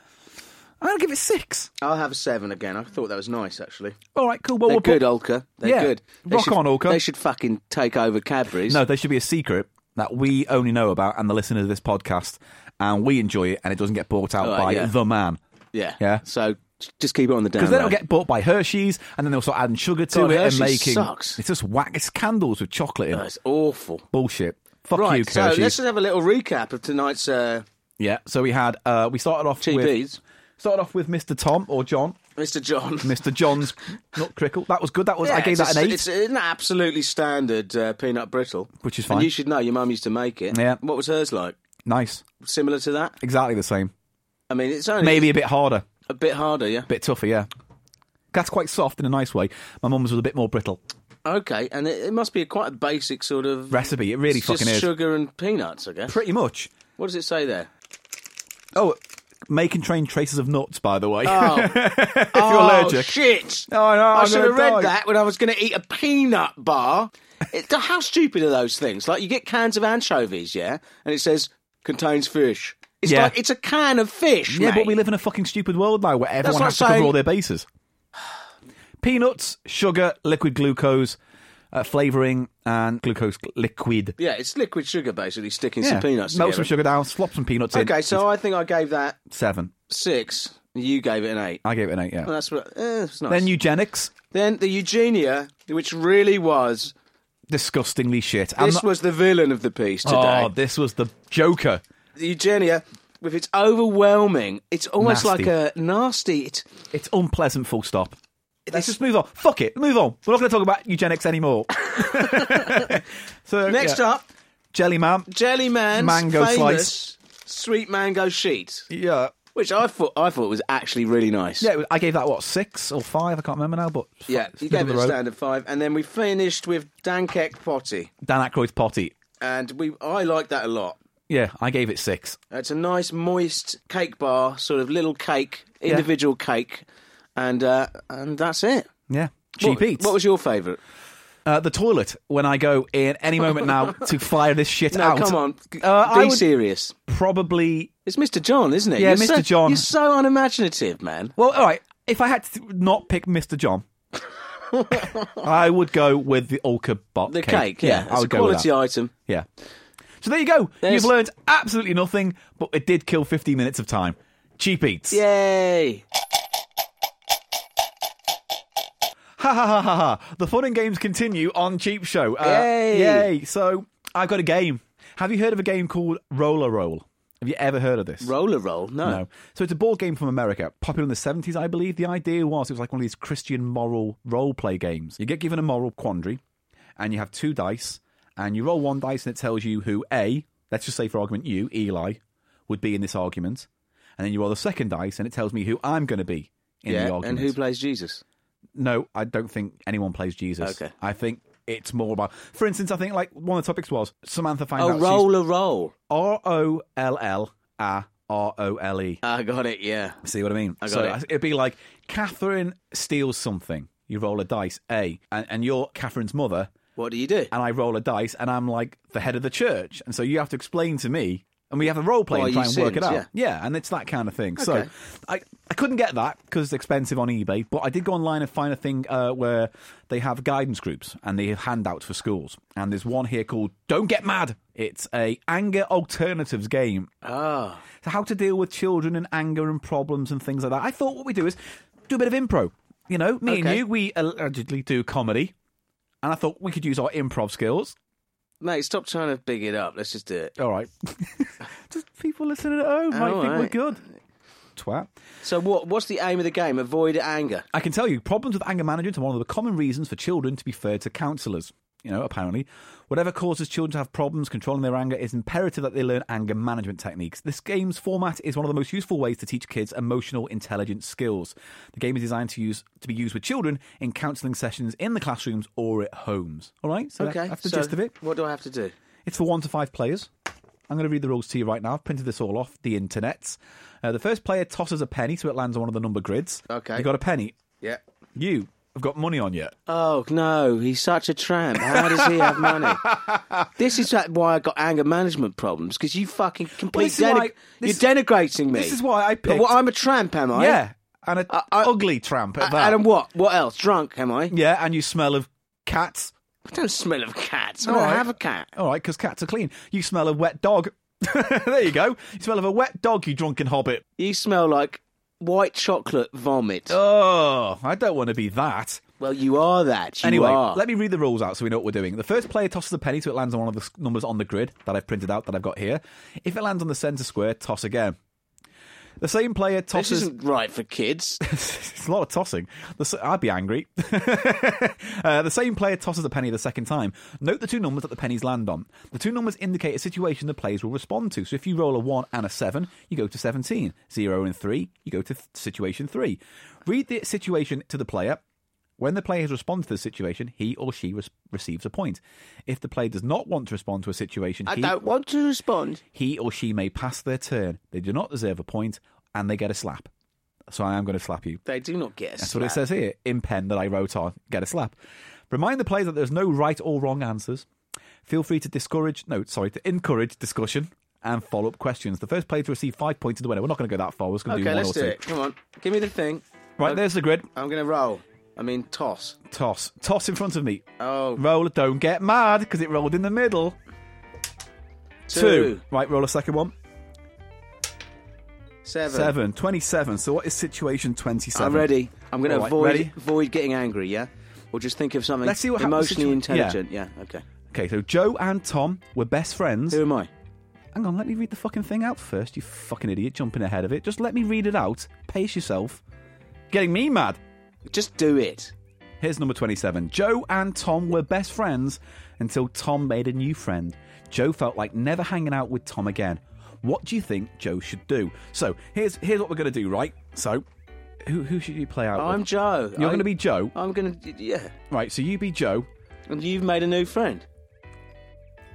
S2: I'm going to give it 6.
S1: I'll have a seven again. I thought that was nice, actually.
S2: All right, cool. Well,
S1: They're
S2: we'll
S1: good,
S2: Put,
S1: Olka. They're
S2: Yeah.
S1: good. They
S2: Rock
S1: should,
S2: on, Olka.
S1: They should fucking take over Cadbury's.
S2: no, there should be a secret that we only know about and the listeners of this podcast, and we enjoy it, and it doesn't get bought out
S1: All right,
S2: by
S1: Oh, yeah.
S2: the man.
S1: Yeah.
S2: Yeah.
S1: So j- just keep it on the down
S2: Because then it'll
S1: low.
S2: get bought by Hershey's, and then they'll start adding sugar to
S1: God,
S2: it
S1: Hershey's
S2: and making.
S1: sucks.
S2: It's just whack. It's candles with chocolate in it.
S1: That's awful.
S2: Bullshit. Fuck
S1: Right,
S2: you,
S1: so
S2: Hershey's.
S1: let's just have a little recap of tonight's uh,
S2: Yeah. So we had uh, we started off with
S1: TVs.
S2: started off with Mr. Tom or John,
S1: Mr. John. *laughs*
S2: Mr. John's nut crickle. That was good. That was I
S1: Yeah,
S2: gave
S1: it's
S2: that
S1: a-
S2: an eight.
S1: It's an absolutely standard uh, peanut brittle.
S2: Which is
S1: And
S2: fine.
S1: you should know, your mum used to make it.
S2: Yeah.
S1: What was hers like?
S2: Nice.
S1: Similar to that?
S2: Exactly the same.
S1: I mean, it's only
S2: Maybe a bit harder,
S1: a bit harder, yeah?
S2: a bit tougher. Yeah. That's quite soft in a nice way. My mum's was a bit more brittle.
S1: Okay, and it, it must be a quite a basic sort of
S2: Recipe. It really
S1: It's
S2: fucking
S1: just
S2: is.
S1: sugar and peanuts, I guess.
S2: Pretty much.
S1: What does it say there?
S2: Oh, make and train traces of nuts. By the way,
S1: Oh,
S2: *laughs* if you're
S1: Oh,
S2: allergic.
S1: shit!
S2: Oh, no,
S1: I
S2: I'm
S1: should have
S2: gonna
S1: read
S2: die.
S1: that when I was going to eat a peanut bar. It, how stupid are those things? Like you get cans of anchovies, yeah, and it says contains fish. It's
S2: Yeah.
S1: like it's a can of fish.
S2: Yeah,
S1: mate.
S2: but we live in a fucking stupid world now where everyone
S1: what
S2: has to
S1: I'm
S2: cover
S1: saying.
S2: all their bases. Peanuts, sugar, liquid glucose, uh, flavouring, and glucose gl- liquid.
S1: Yeah, it's liquid sugar basically sticking
S2: Yeah.
S1: some peanuts
S2: Melt
S1: together.
S2: some sugar down, slop some peanuts in.
S1: Okay, so I think I gave that
S2: Seven.
S1: six. and You gave it an eight.
S2: I gave it an eight, yeah.
S1: Well, that's what. Eh, it's nice.
S2: then eugenics,
S1: Then the Eugenia, which really was
S2: disgustingly shit. I'm
S1: this
S2: not-
S1: was the villain of the piece today.
S2: oh, this was the Joker.
S1: the Eugenia with its overwhelming. It's almost
S2: Nasty.
S1: like a nasty. It's
S2: It's unpleasant, full stop. Let's
S1: This-
S2: just move on. Fuck it, move on. We're not going to talk about
S1: *laughs*
S2: eugenics anymore. *laughs* so
S1: next
S2: yeah.
S1: up,
S2: Jelly Man.
S1: Jelly Man's
S2: Mango
S1: famous sweet mango sheet,
S2: Yeah.
S1: which I thought I thought was actually really nice.
S2: Yeah, I gave that what six or five? I can't remember now, but
S1: yeah.
S2: it's
S1: You
S2: middle
S1: gave it
S2: of
S1: a
S2: the road.
S1: standard five, and then we finished with Dankek potty,
S2: Dan Aykroyd's potty.
S1: and we I like that a lot.
S2: Yeah, I gave it six.
S1: It's a nice moist cake bar, sort of little cake, individual cake, and uh, and that's it.
S2: Yeah, cheap
S1: What,
S2: eats.
S1: what was your favourite?
S2: uh, the toilet? When I go in any
S1: *laughs*
S2: moment now to fire this shit
S1: No,
S2: out.
S1: come on,
S2: Uh,
S1: be
S2: I would
S1: serious.
S2: probably.
S1: It's Mr. John, isn't it?
S2: Yeah,
S1: You're
S2: Mr.
S1: so-
S2: John.
S1: You're so unimaginative, man.
S2: Well, all right. If I had to not pick
S1: *laughs*
S2: Mr. John, I would go with the Olka bot
S1: The cake, yeah, it's
S2: I
S1: a
S2: would go with
S1: quality
S2: that.
S1: item.
S2: Yeah. So there you go.
S1: There's-
S2: You've learned absolutely nothing, but it did kill 50 minutes of time. Cheap eats.
S1: Yay!
S2: Ha ha ha ha ha. The fun and games continue on Cheap Show. Uh,
S1: Yay.
S2: Yay. So I've got a game. Have you heard of a game called Roller Roll? Have you ever heard of this?
S1: Roller roll? No.
S2: No. So it's a board game from America, popular in the 70s, I believe. The idea was it was like one of these Christian moral role play games. You get given a moral quandary, and you have two dice, and you roll one dice, and it tells you who A, let's just say for argument, you, Eli, would be in this argument. And then you roll the second dice, and it tells me who I'm going to be in the
S1: Yeah.
S2: argument.
S1: And who plays Jesus?
S2: No, I don't think anyone plays Jesus.
S1: Okay.
S2: I think it's more about. For instance, I think like one of the topics was Samantha finds
S1: Oh,
S2: out
S1: roller roll.
S2: R O L L A R O L E.
S1: I Ah, got it. Yeah.
S2: See what I mean?
S1: got
S2: so
S1: it.
S2: it'd be like Catherine steals something. You roll a dice, A, and, and you're Catherine's mother,
S1: What do you do?
S2: and I roll a dice, and I'm like the head of the church, and so you have to explain to me, and we have a role play
S1: Why
S2: and try
S1: you
S2: and work it
S1: sinned,
S2: out.
S1: yeah.
S2: and it's that kind of thing. So
S1: Okay.
S2: I, I couldn't get that because it's expensive on eBay, but I did go online and find a thing uh, where they have guidance groups and they have handouts for schools, and there's one here called "Don't Get Mad." It's a anger alternatives game,
S1: Ah.
S2: so how to deal with children and anger and problems and things like that. I thought what we do is do a bit of impro. You know, me and
S1: Okay.
S2: you, we allegedly do comedy, and I thought we could use our improv skills.
S1: Mate, stop trying to big it up. Let's just do it.
S2: All right, *laughs* just people listening at home might
S1: All
S2: think we're
S1: right.
S2: good. Twat.
S1: So, what? What's the aim of the game? Avoid anger.
S2: I can tell you, problems with anger management are one of the common reasons for children to be referred to counsellors. You know, apparently, whatever causes children to have problems controlling their anger, it's imperative that they learn anger management techniques. This game's format is one of the most useful ways to teach kids emotional intelligence skills. The game is designed to use to be used with children in counselling sessions in the classrooms or at homes. All right, so that-
S1: Okay.
S2: that's the
S1: so
S2: gist of it.
S1: What do I have to do?
S2: It's for one to five players. I'm going to read the rules to you right now. I've printed this all off the internet. Uh, the first player tosses a penny, so it lands on one of the number grids.
S1: Okay.
S2: You got a penny.
S1: Yeah.
S2: You have got money on you.
S1: Oh no, he's such a tramp. How does he have money? this is that- why I got anger management problems because you fucking complete
S2: this is why-
S1: denig-
S2: this-
S1: you're denigrating me.
S2: this is why I picked-
S1: Well, I'm a tramp, am I?
S2: yeah, and a
S1: I-
S2: ugly tramp at
S1: A-
S2: that.
S1: And I'm what? What else? Drunk, am I?
S2: yeah, and you smell of cats.
S1: I don't smell of cats. I
S2: All
S1: don't
S2: right.
S1: have a cat.
S2: All right, because cats are clean. You smell of wet dog. *laughs* there you go. You smell of a wet dog, you drunken hobbit.
S1: You smell like white chocolate vomit.
S2: Oh, I don't want to be that.
S1: Well, you are that. You
S2: Anyway,
S1: are.
S2: let me read the rules out so we know what we're doing. The first player tosses a penny so it lands on one of the s- numbers on the grid that I've printed out that I've got here. If it lands on the centre square, toss again. The same player
S1: this
S2: tosses.
S1: isn't right for
S2: *laughs*
S1: kids.
S2: it's a lot of tossing. The, s- I'd be angry. *laughs* uh, the same player tosses a penny the second time. Note the two numbers that the pennies land on. The two numbers indicate a situation the players will respond to. So if you roll a 1 and a 7, you go to 17. 0 and 3, you go to th- situation 3. Read the situation to the player. When the player has responded to the situation, he or she res- receives a point. If the player does not want to respond to a situation,
S1: I
S2: he
S1: don't want to respond.
S2: he or she may pass their turn. They do not deserve a point, and they get a slap. So I am going to slap you.
S1: They do not get a
S2: That's what it says here in pen that I wrote on. Get a slap. Remind the players that there's no right or wrong answers. Feel free to discourage, no, sorry, to encourage discussion and follow up questions. The first player to receive five points is the winner. We're not going to go that far. We're just going to
S1: Okay,
S2: do one
S1: let's
S2: or
S1: do
S2: two.
S1: it. Come on, give me the thing.
S2: Right, there's the grid.
S1: I'm gonna roll. I mean, toss.
S2: Toss. Toss in front of me.
S1: Oh,
S2: Roll, don't get mad because it rolled in the middle.
S1: two,
S2: Right, roll a second one.
S1: seven.
S2: Seven. 27. So what is situation 27?
S1: I'm ready. I'm going
S2: All
S1: to
S2: right,
S1: avoid
S2: ready?
S1: avoid getting angry. Yeah, or just think of something.
S2: Let's see what happens.
S1: emotionally
S2: Situa- yeah.
S1: intelligent. Yeah. Okay.
S2: Okay, so Joe and Tom were best friends.
S1: Who am I?
S2: Hang on, let me read the fucking thing out first, you fucking idiot, jumping ahead of it. Just let me read it out. Pace yourself. Getting me mad.
S1: Just do it.
S2: Here's number 27. Joe and Tom were best friends until Tom made a new friend. Joe felt like never hanging out with Tom again. What do you think Joe should do? So, here's here's what we're going to do, right? So, who, who should you play out
S1: I'm
S2: with?
S1: Joe.
S2: Oh. You're
S1: I-
S2: going to be Joe.
S1: I'm going to. Yeah.
S2: Right, so you be Joe.
S1: And you've made a new friend.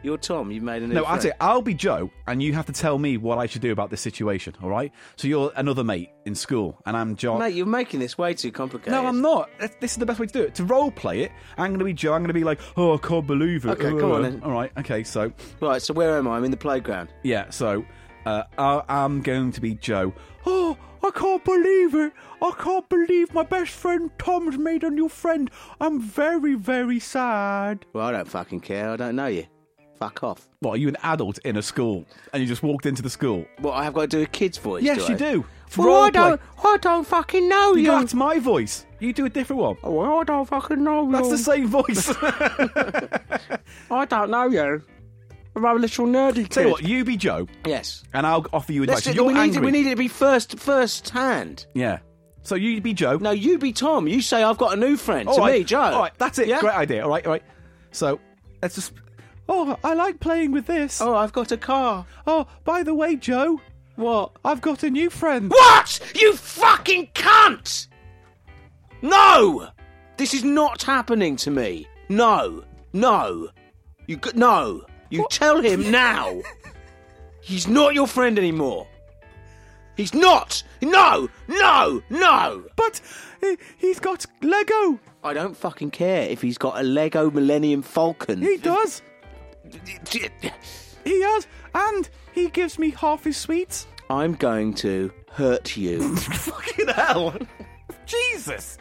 S1: You're Tom. You've made a new.
S2: No,
S1: friend.
S2: I'll say I'll be Joe, and you have to tell me what I should do about this situation. All right? So you're another mate in school, and I'm John.
S1: Mate, you're making this way too complicated.
S2: no, I'm not. That's- This is the best way to do it. To role play it, I'm going to be Joe. I'm going to be like, oh, I can't believe it.
S1: Okay, come on then.
S2: All right. Okay. So
S1: Right. So where am I? I'm in the playground.
S2: yeah. So uh, I- I'm going to be Joe. Oh, I can't believe it. I can't believe my best friend Tom's made a new friend. I'm very, very sad.
S1: Well, I don't fucking care. I don't know you. Fuck off.
S2: What? Are you an adult in a school, and you just walked into the school?
S1: What I have got to do a kid's voice?
S2: Yes,
S1: do
S2: you
S1: I?
S2: do.
S1: Well,
S2: Role
S1: I don't. I don't fucking know you. Oh,
S2: You got my voice. You do a different one.
S1: Well, I *laughs* don't fucking know you.
S2: That's the same voice.
S1: I don't know you. Rather literal nerdy kid.
S2: Tell you what, you be Joe,
S1: yes.
S2: and I'll offer you
S1: Let's
S2: advice.
S1: do-
S2: You're
S1: we, need,
S2: angry.
S1: we need it to be first first hand.
S2: Yeah. So you be Joe.
S1: No, you be Tom. You say I've got a new friend
S2: All
S1: to
S2: right.
S1: me, Joe.
S2: All right, that's it.
S1: Yeah?
S2: Great idea. All right, all right. So let's just. Oh, I like playing with this. Oh,
S1: Oh, I've got a car.
S2: by the way, Joe,
S1: What?
S2: I've got a new friend.
S1: What? You fucking cunt! No! This is not happening to me. No. No. You g- no. You tell him now. He's not your friend anymore. He's not. No. No. No.
S2: But he, he's got Lego.
S1: I don't fucking care if he's got a Lego Millennium Falcon.
S2: He does. He has. And he gives me half his
S1: *laughs*
S2: sweets.
S1: I'm going to hurt
S2: *laughs*
S1: you. *laughs*
S2: Fucking hell. Jesus.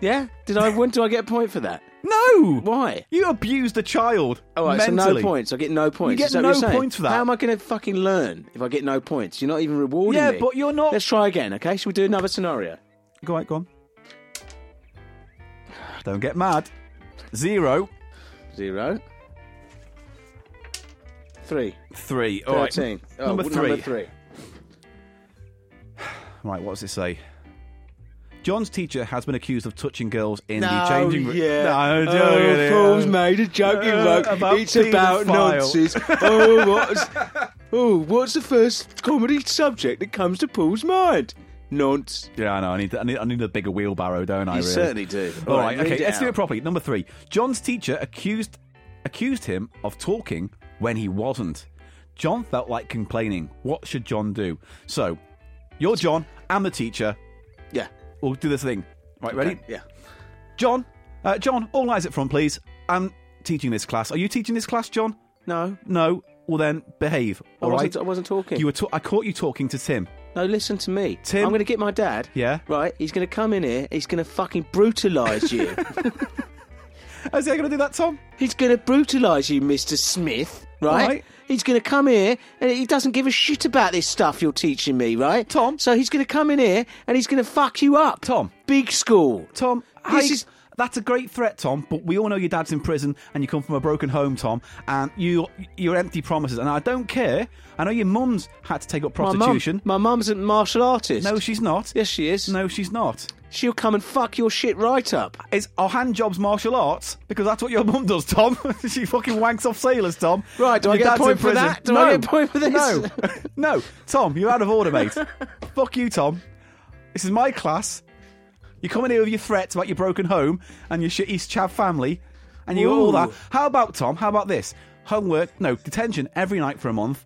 S1: yeah? Did I? When do I get a point for that?
S2: No.
S1: Why?
S2: You abused a child.
S1: All right, so no
S2: mentally.
S1: points. I get no points.
S2: get
S1: Is that what
S2: no
S1: you're saying?
S2: points for that.
S1: How am I going to fucking learn if I get no points? You're not even rewarding
S2: Yeah,
S1: me.
S2: but you're not-
S1: Let's try again, okay? Shall we do another scenario?
S2: Go on, go on. Don't get mad. Zero.
S1: Zero. Three.
S2: Three. All right.
S1: Thirteen. Oh,
S2: number
S1: w-
S2: three.
S1: Number three.
S2: Right, what does it say? John's teacher has been accused of touching girls in
S1: No,
S2: the changing room.
S1: yeah.
S2: No, don't
S1: oh,
S2: get it.
S1: Paul's made a joke he
S2: Uh,
S1: wrote.
S2: about
S1: it's about
S2: paedophile. *laughs*
S1: nonsense. oh, what's, oh, what's the first comedy subject that comes to Paul's mind? Nonce.
S2: Yeah, I know. I need, I need, I need a bigger wheelbarrow, don't I?
S1: You
S2: really?
S1: certainly do.
S2: All right,
S1: read
S2: okay. Let's do
S1: out.
S2: it properly. Number three. John's teacher accused accused him of talking when he wasn't. John felt like complaining. What should John do? So, you're John. I'm the teacher.
S1: Yeah.
S2: We'll do this thing. Right, ready?
S1: Yeah.
S2: John. Uh, John. All eyes at front, please. I'm teaching this class. Are you teaching this class, John?
S1: No.
S2: No. Well, then behave.
S1: I
S2: All right.
S1: wasn't, I wasn't talking.
S2: You were. Ta- I caught you talking to Tim.
S1: No, listen to me.
S2: Tim?
S1: I'm going to get my dad.
S2: Yeah?
S1: Right? He's going to come in here. He's going to fucking brutalise
S2: *laughs*
S1: you.
S2: Is he going to do that, Tom?
S1: he's going to brutalise you, Mr. Smith. Right?
S2: Right.
S1: He's going to come here and he doesn't give a shit about this stuff you're teaching me, right?
S2: Tom?
S1: So he's going to come in here and he's going to fuck you up.
S2: Tom?
S1: Big school.
S2: Tom,
S1: This
S2: I-
S1: is-
S2: that's a great threat, Tom. But we all know your dad's in prison, and you come from a broken home, Tom. And you, you're empty promises. And I don't care. I know your mum's had to take up
S1: My mum.
S2: prostitution.
S1: My mum's a martial artist.
S2: No, she's not.
S1: Yes, she is.
S2: No, she's not.
S1: She'll come and fuck your shit right up.
S2: Is our hand jobs martial arts? Because that's what your *laughs* mum does, Tom. she fucking wanks off sailors, Tom.
S1: Right, do I
S2: Your
S1: get a
S2: dad's in
S1: point for
S2: prison.
S1: that? Do
S2: no.
S1: I get a point for this?
S2: No, no, *laughs* Tom, you're out of
S1: *laughs*
S2: order, mate. Fuck you, Tom. This is my class. You're coming here with your threats about your broken home and your shitty Chav family, and you all that.
S1: Ooh.
S2: How about Tom? How about this? Homework, no detention every night for a month,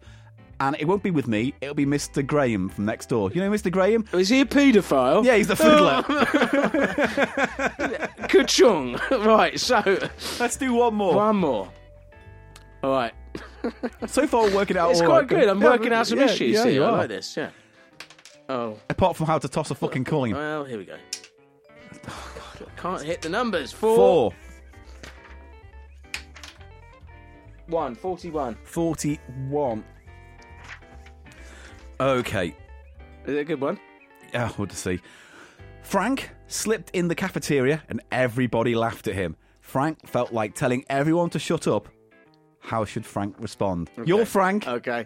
S2: and it won't be with me. It'll be Mr. Graham from next door. You know Mr. Graham?
S1: Is he a paedophile? *laughs*
S2: Yeah, he's the fiddler.
S1: Oh. Ka-chung. *laughs* right, so
S2: *laughs* Let's do one more.
S1: one more. All right.
S2: So far, we're working out.
S1: It's
S2: all
S1: quite
S2: right.
S1: good. I'm
S2: Yeah,
S1: working out some
S2: yeah,
S1: issues
S2: Yeah,
S1: here.
S2: you
S1: I
S2: are.
S1: like this. Yeah. Oh,
S2: Apart from how to toss a fucking coin.
S1: well, here we go. I can't hit the numbers. Four,
S2: Four.
S1: one, 41.
S2: 41. Okay.
S1: Is it a good one?
S2: Oh, what to see. Frank slipped in the cafeteria and everybody laughed at him. Frank felt like telling everyone to shut up. How should Frank respond? You're Frank.
S1: Okay. Uh,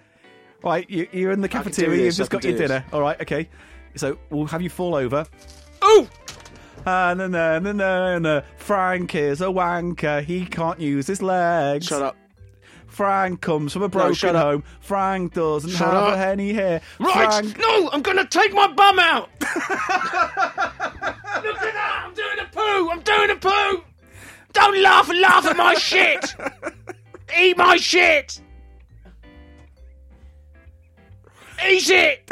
S2: Right, you, you're in the
S1: can do
S2: cafeteria. You've
S1: this, I
S2: just got
S1: can
S2: your
S1: do
S2: dinner. All right, okay. So we'll have you fall over.
S1: Oh!
S2: Ah, no, no, no, no, no. uh, Frank is a wanker. He can't use his legs.
S1: Shut up.
S2: Frank comes from a broken
S1: shut up.
S2: home. Frank doesn't
S1: Shut
S2: have
S1: up.
S2: a henny hair.
S1: Right!
S2: Frank
S1: No! I'm going to take my bum out! *laughs* Look at that! I'm doing a poo! I'm doing a poo! Don't laugh and laugh at my shit! Eat my shit! Eat it!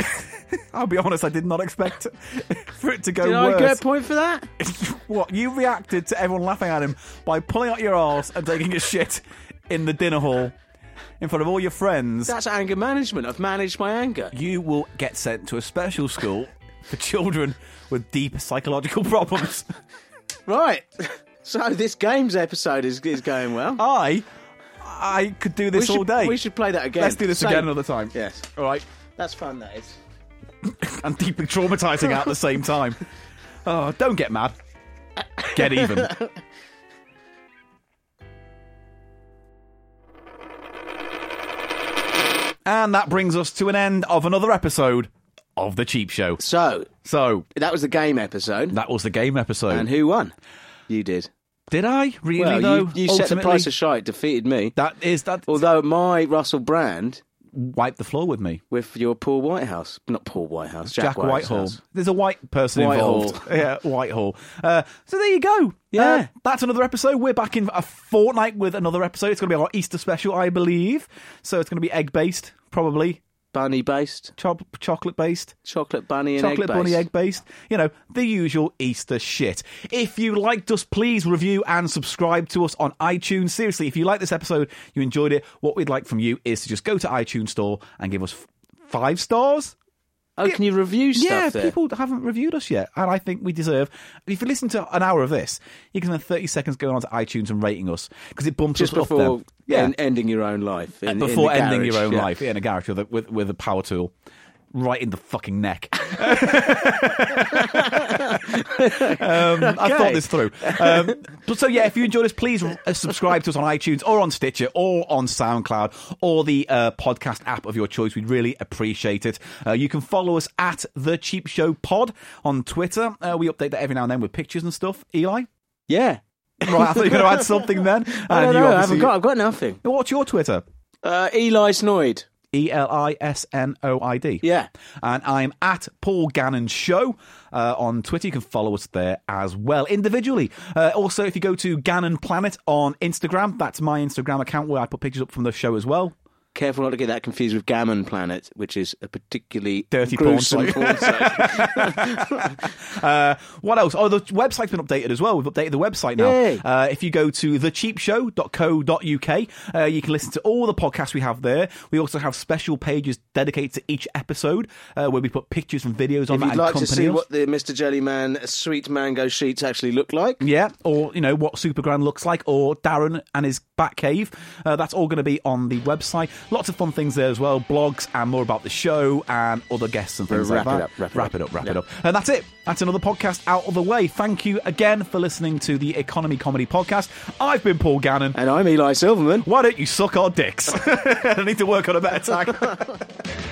S2: I'll be honest, I did not expect *laughs* for it to go
S1: Did I get
S2: worse.
S1: a point for that?
S2: *laughs* what you reacted to everyone laughing at him by pulling out your arse and taking a shit in the dinner hall in front of all your friends.
S1: That's anger management. I've managed my anger.
S2: you will get sent to a special school for children with deep psychological *laughs* problems.
S1: Right. *laughs* So this games episode is, is going well.
S2: I, I could do
S1: we
S2: this
S1: should,
S2: Oh, all day.
S1: We should play that again.
S2: Let's do this
S1: Same.
S2: again another time.
S1: Yes.
S2: All right.
S1: That's fun, that is.
S2: and deeply traumatizing at the same time. Oh, don't get mad. Get even.
S1: *laughs*
S2: And that brings us to an end of another episode of The Cheap Show.
S1: So
S2: So,
S1: that was the game episode.
S2: that was the game episode.
S1: And who won? You did.
S2: Did I? Really,
S1: well,
S2: though?
S1: you, you set the
S2: Ultimately?
S1: price of shite, defeated me.
S2: That is, that
S1: Although my Russell Brand
S2: wiped the floor with me.
S1: with your Paul Whitehouse, not Paul Whitehouse, Jack,
S2: Jack, Whitehall.
S1: Whitehouse.
S2: There's a white person
S1: Whitehall.
S2: involved. *laughs* Yeah, Whitehall. Uh, so there you go.
S1: Yeah.
S2: Uh, that's another episode. We're back in a fortnight with another episode. It's going to be our Easter special, I believe. So it's going to be egg based, probably
S1: Bunny based,
S2: Cho- chocolate based.
S1: chocolate bunny and
S2: chocolate
S1: egg
S2: bunny
S1: based.
S2: egg based. You know, the usual Easter shit. If you liked us, please review and subscribe to us on iTunes. Seriously, if you like this episode, you enjoyed it, what we'd like from you is to just go to iTunes Store and give us f- five stars.
S1: Oh, can you review stuff
S2: yeah,
S1: there?
S2: people haven't reviewed us yet, and I think we deserve. If you listen to an hour of this, you can spend thirty seconds going on to iTunes and rating us because it bumps
S1: just
S2: us up
S1: before
S2: then. Yeah,
S1: en- ending your own life. In, in
S2: before
S1: the
S2: ending
S1: garage,
S2: your own
S1: yeah.
S2: life yeah, in a garage with a, with, with a power tool right in the
S1: *laughs*
S2: fucking neck. um, I thought this through. Um, but so yeah, if you enjoy this, please uh, subscribe to us on iTunes or on Stitcher or on SoundCloud or the uh, podcast app of your choice. We'd really appreciate it. Uh, you can follow us at the Cheap Show Pod on Twitter. Uh, we update that every now and then with pictures and stuff. Eli,
S1: Yeah.
S2: right? I thought you were going to add something then.
S1: *laughs* I
S2: And
S1: don't
S2: you
S1: know. I
S2: obviously-
S1: haven't got. I've got nothing.
S2: What's your Twitter?
S1: Uh, Eli Snoid.
S2: E L I S N O I D.
S1: Yeah.
S2: And I'm at Paul Gannon Show uh, on Twitter. You can follow us there as well individually. Uh, also, if you go to Gannon Planet on Instagram, that's my Instagram account where I put pictures up from the show as well.
S1: Careful not to get that confused with Gammon Planet, which is a particularly
S2: Dirty porn
S1: gruesome
S2: site. *laughs*
S1: porn site.
S2: Uh, what else? Oh, the website's been updated as well. We've updated the website now.
S1: Yay.
S2: Uh, if you go to thecheapshow.co.uk, uh, you can listen to all the podcasts we have there. We also have special pages dedicated to each episode uh, where we put pictures and videos on
S1: if
S2: that
S1: you'd
S2: and
S1: like to
S2: company
S1: see
S2: else.
S1: what the Mr. Jellyman sweet mango sheets actually look like,
S2: Yeah, or you know what Supergran looks like, or Darren and his Batcave. Uh, that's all going to be on the website. Lots of fun things there as well, blogs and more about the show and other guests and things
S1: Wrap
S2: like
S1: it
S2: that.
S1: up, wrap it up.
S2: it up, wrap it
S1: Yeah.
S2: up. And that's it. That's another podcast out of the way. Thank you again for listening to the Economy Comedy Podcast. I've been Paul Gannon.
S1: and I'm Eli Silverman.
S2: *laughs* Why don't you suck our dicks? I need to work on a better tag.